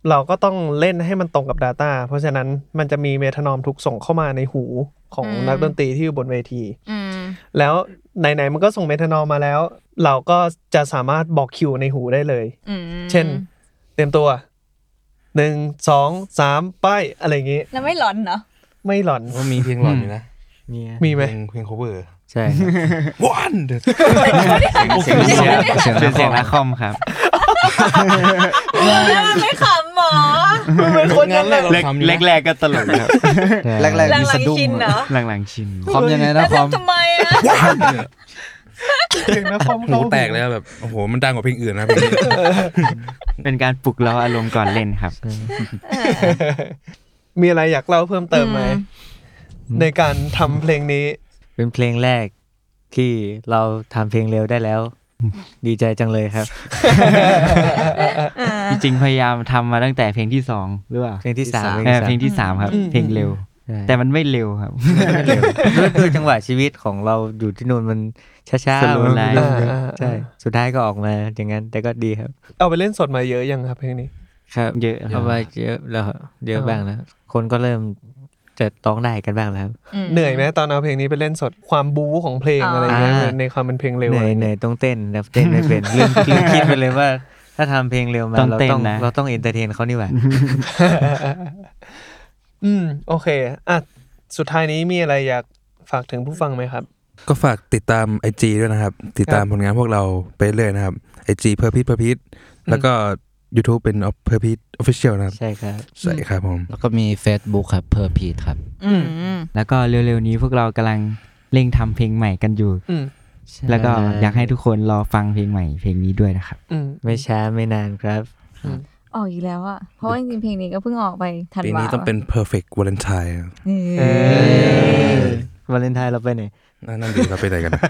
[SPEAKER 3] เราก็ต้องเล่นให้มันตรงกับ Data เพราะฉะนั้นมันจะมีเมทานอมถูกส่งเข้ามาในหูของนักดนตรีที่อยู่บนเวที
[SPEAKER 2] อืม
[SPEAKER 3] แล้วไหน ๆ มันก็ส่งเมทานอมมาแล้ว เราก็จะสามารถบอกคิวในหูได้เลย
[SPEAKER 2] อืม
[SPEAKER 3] เช่น เตรียมตัวหนึ่งสองสามไป้ายอะไรอย่างงี้
[SPEAKER 2] แล้วไม่หลอนเนาะ
[SPEAKER 3] ไม่หลอน
[SPEAKER 8] ว่ามีเพลงหลอนอยู่นะ
[SPEAKER 3] มีไหม
[SPEAKER 8] เพลงเพลง cover
[SPEAKER 6] ใช่ครับ
[SPEAKER 8] one เดือด
[SPEAKER 4] เสียงเสียงเสียงเสียงนักคอมครับ
[SPEAKER 2] แล้วมันไม่ขำหมอ
[SPEAKER 3] มันเป็นคนยังไง
[SPEAKER 4] แรกแรกๆก็ตลกครับ
[SPEAKER 5] แรก
[SPEAKER 2] ห
[SPEAKER 5] ๆ
[SPEAKER 2] ลัง
[SPEAKER 5] มี
[SPEAKER 2] หลั
[SPEAKER 5] สะ
[SPEAKER 2] ง
[SPEAKER 5] ดุ้ง
[SPEAKER 2] ชินเนาะ
[SPEAKER 4] หลังๆชิน
[SPEAKER 5] คอมยังไง
[SPEAKER 2] แล้
[SPEAKER 5] นะ
[SPEAKER 2] ว
[SPEAKER 5] คอม
[SPEAKER 2] ทำทำไมอ่ะ
[SPEAKER 3] เพลงนะคอม
[SPEAKER 8] หู
[SPEAKER 3] เขา
[SPEAKER 8] แตกเลยครับแบบโอ้โหมันดังกว่าเพลงอื่นนะเพลงนี้
[SPEAKER 4] เป็นการปลุกเราอารมณ์ก่อนเล่นครับ
[SPEAKER 3] มีอะไรอยากเล่าเพิ่มเติมไหม ในการทำเพลงนี้
[SPEAKER 6] เป็นเพลงแรกที่เราทำเพลงเร็วได้แล้ว ดีใจจังเลยครับ
[SPEAKER 4] จริงๆพยายามทำมาตั้งแต่เพลงที่สองหรือเปล่า
[SPEAKER 6] เพลงที่สาม
[SPEAKER 4] เออเพลงที่สามครับ เพลงเร็ว แต่
[SPEAKER 6] แต่
[SPEAKER 4] มันไม่เร็วครับ
[SPEAKER 6] ด้วยด้วยจังหวะชีวิตของเราอยู่ที่นู่นมันช้า
[SPEAKER 4] ส
[SPEAKER 6] ๆ
[SPEAKER 4] โลว์ไลฟ์
[SPEAKER 6] มันเร็ว
[SPEAKER 3] อ่า
[SPEAKER 6] ใช่สุดท้ายก็ออกมาอย่างนั้น แต่ก็ดีครับ
[SPEAKER 3] เอาไปเล่นสดมาเยอะยังครับเพลงนี้
[SPEAKER 6] ครับ
[SPEAKER 4] เยอะครั
[SPEAKER 6] เอา
[SPEAKER 4] บ
[SPEAKER 6] มาเยอะแล้วครับเยอะบ้างแล้วคนก็เริ่มจะต้องได้กันบ้างแล้วครับ
[SPEAKER 3] เหนื่อยไหมตอนเอาเพลงนี้ไปเล่นสดความบู๊ของเพลงอะไรเงี้ย
[SPEAKER 6] อ่า
[SPEAKER 3] ในความเป็นเพลงเร็ว
[SPEAKER 6] เหนื่
[SPEAKER 3] อะ
[SPEAKER 6] อ
[SPEAKER 3] ไร
[SPEAKER 6] ยเห
[SPEAKER 3] เงี้ย
[SPEAKER 6] นื่อยต้องเต้นนะเต้นไม่ เป็น ลืมลืมคิดไปเลยว่า ถ้าทำเพลงเร็วมา
[SPEAKER 4] ต้อง
[SPEAKER 6] เรา
[SPEAKER 4] เต้น
[SPEAKER 6] ต้อง
[SPEAKER 4] นะ
[SPEAKER 6] เราต้องเอนเตอร์เทนเขานี่หว่า
[SPEAKER 3] อืม โอเค อ่ะ สุดท้ายนี้มีอะไรอยากฝากถึงผู้ฟังไหมครับ
[SPEAKER 8] ก็ฝากติดตาม IG ด้วยนะครับ ติดตามผลงานพวกเราไปเรื่อยนะครับ IG เพอร์พิทเพอร์พิทแล้วก็ YouTube เป็น p e r p i t Official นะครับ
[SPEAKER 6] ใช่ครับ
[SPEAKER 8] ใช่ครับผม
[SPEAKER 5] แล้วก็มี Facebook ครับเพอร์พีทครับ
[SPEAKER 2] อืมอืม
[SPEAKER 4] แล้วก็เร็วๆนี้พวกเรากำลังเร่งทำเพลงใหม่กันอยู่
[SPEAKER 3] อืม
[SPEAKER 4] แล้วก็อยากให้ทุกคนรอฟังเพลงใหม่เพลงนี้ด้วยนะครับ
[SPEAKER 3] อืม
[SPEAKER 6] ไม่ช้าไม่นานครับ
[SPEAKER 2] ออกอีกแล้วอะเพราะว่าจริงๆเพลงนี้ก็เพิ่งออกไปทัน
[SPEAKER 8] ปี
[SPEAKER 2] วา
[SPEAKER 8] นี้ต้องเป็น Perfect Valentine ครับ
[SPEAKER 2] เออ
[SPEAKER 6] วาเลนไทน์เราไปไหน
[SPEAKER 8] นั่นดีเราไปไหนกันนะ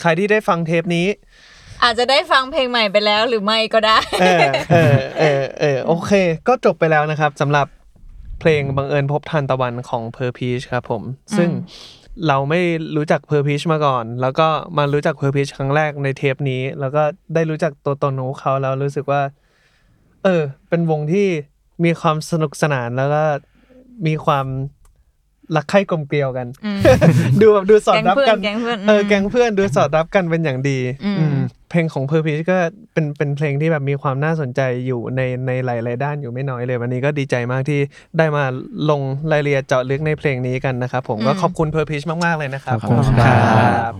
[SPEAKER 3] ใครที่ได้ฟังเทปนี้
[SPEAKER 2] อาจจะได้ฟังเพลงใหม่ไปแล้วหรือไม่ก็ได้
[SPEAKER 3] เออ เออ เออ เออ โอเค ก็จบไปแล้วนะครับสำหรับเพลงบังเอิญพบทันตะวันของเพอร์พีชครับผม ซึ่งเราไม่รู้จักเพอร์พีชมาก่อน แล้วก็มารู้จักเพอร์พีชครั้งแรกในเทปนี้ แล้วก็ได้รู้จักตัวตนของพวกเขาแล้วรู้สึกว่า เออ เป็นวงที่มีความสนุกสนานแล้วก็มีความรักใคร่กลมเกลียวกัน
[SPEAKER 2] อืม
[SPEAKER 3] ดูแบบดูสอดรับกัน
[SPEAKER 2] แก๊งเพื่อนแก๊งเพื่อน
[SPEAKER 3] เออแก๊งเพื่อนดูสอดรับกันเป็นอย่างดี
[SPEAKER 2] อืม
[SPEAKER 3] อืม เพลงของเพอร์พีชก็เป็นเป็นเพลงที่แบบมีความน่าสนใจอยู่ในในหลาย ๆ ด้านอยู่ไม่น้อยเลย วันนี้ก็ดีใจมากที่ได้มาลงรายละเอียดเจาะลึกในเพลงนี้กันนะครับผมก็ขอบคุณเพอร์พีชมาก ๆ เลยนะครับ
[SPEAKER 7] ขอบคุณครับ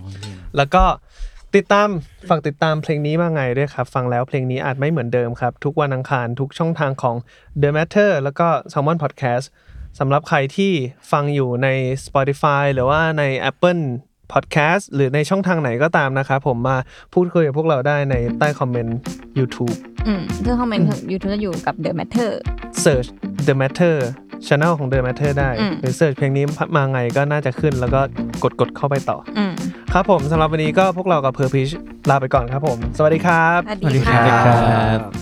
[SPEAKER 3] แล้วก็ติดตามฝากติดตามเพลงนี้มาไงด้วยครับ ฟังแล้วเพลงนี้อาจไม่เหมือนเดิมครับ ทุกวันอังคารทุกช่องทางของ The Matter แล้วก็ Salmon Podcast สำหรับใครที่ฟังอยู่ใน Spotify หรือว่าใน Apple Podcast หรือในช่องทางไหนก็ตามนะครับผมมาพูดคุยกับพวกเราได้ในใต้คอมเมนต์ YouTube
[SPEAKER 2] อืมซึ่งคอมเมนต์ของ YouTube จะอยู่กับ The Matter
[SPEAKER 3] Search The Matter Channel ของ The Matter ได้
[SPEAKER 2] อืม
[SPEAKER 3] หรือ Search เพลงนี้มาไงก็น่าจะขึ้นแล้วก็กดกดๆเข้าไปต่อ
[SPEAKER 2] อืม
[SPEAKER 3] ครับผมสำหรับวันนี้ก็พวกเรากับเพอร์พิชลาไปก่อนครับผม สวัสดีครับ
[SPEAKER 2] สวัสดีค่ะสวัสดีครับ
[SPEAKER 6] บ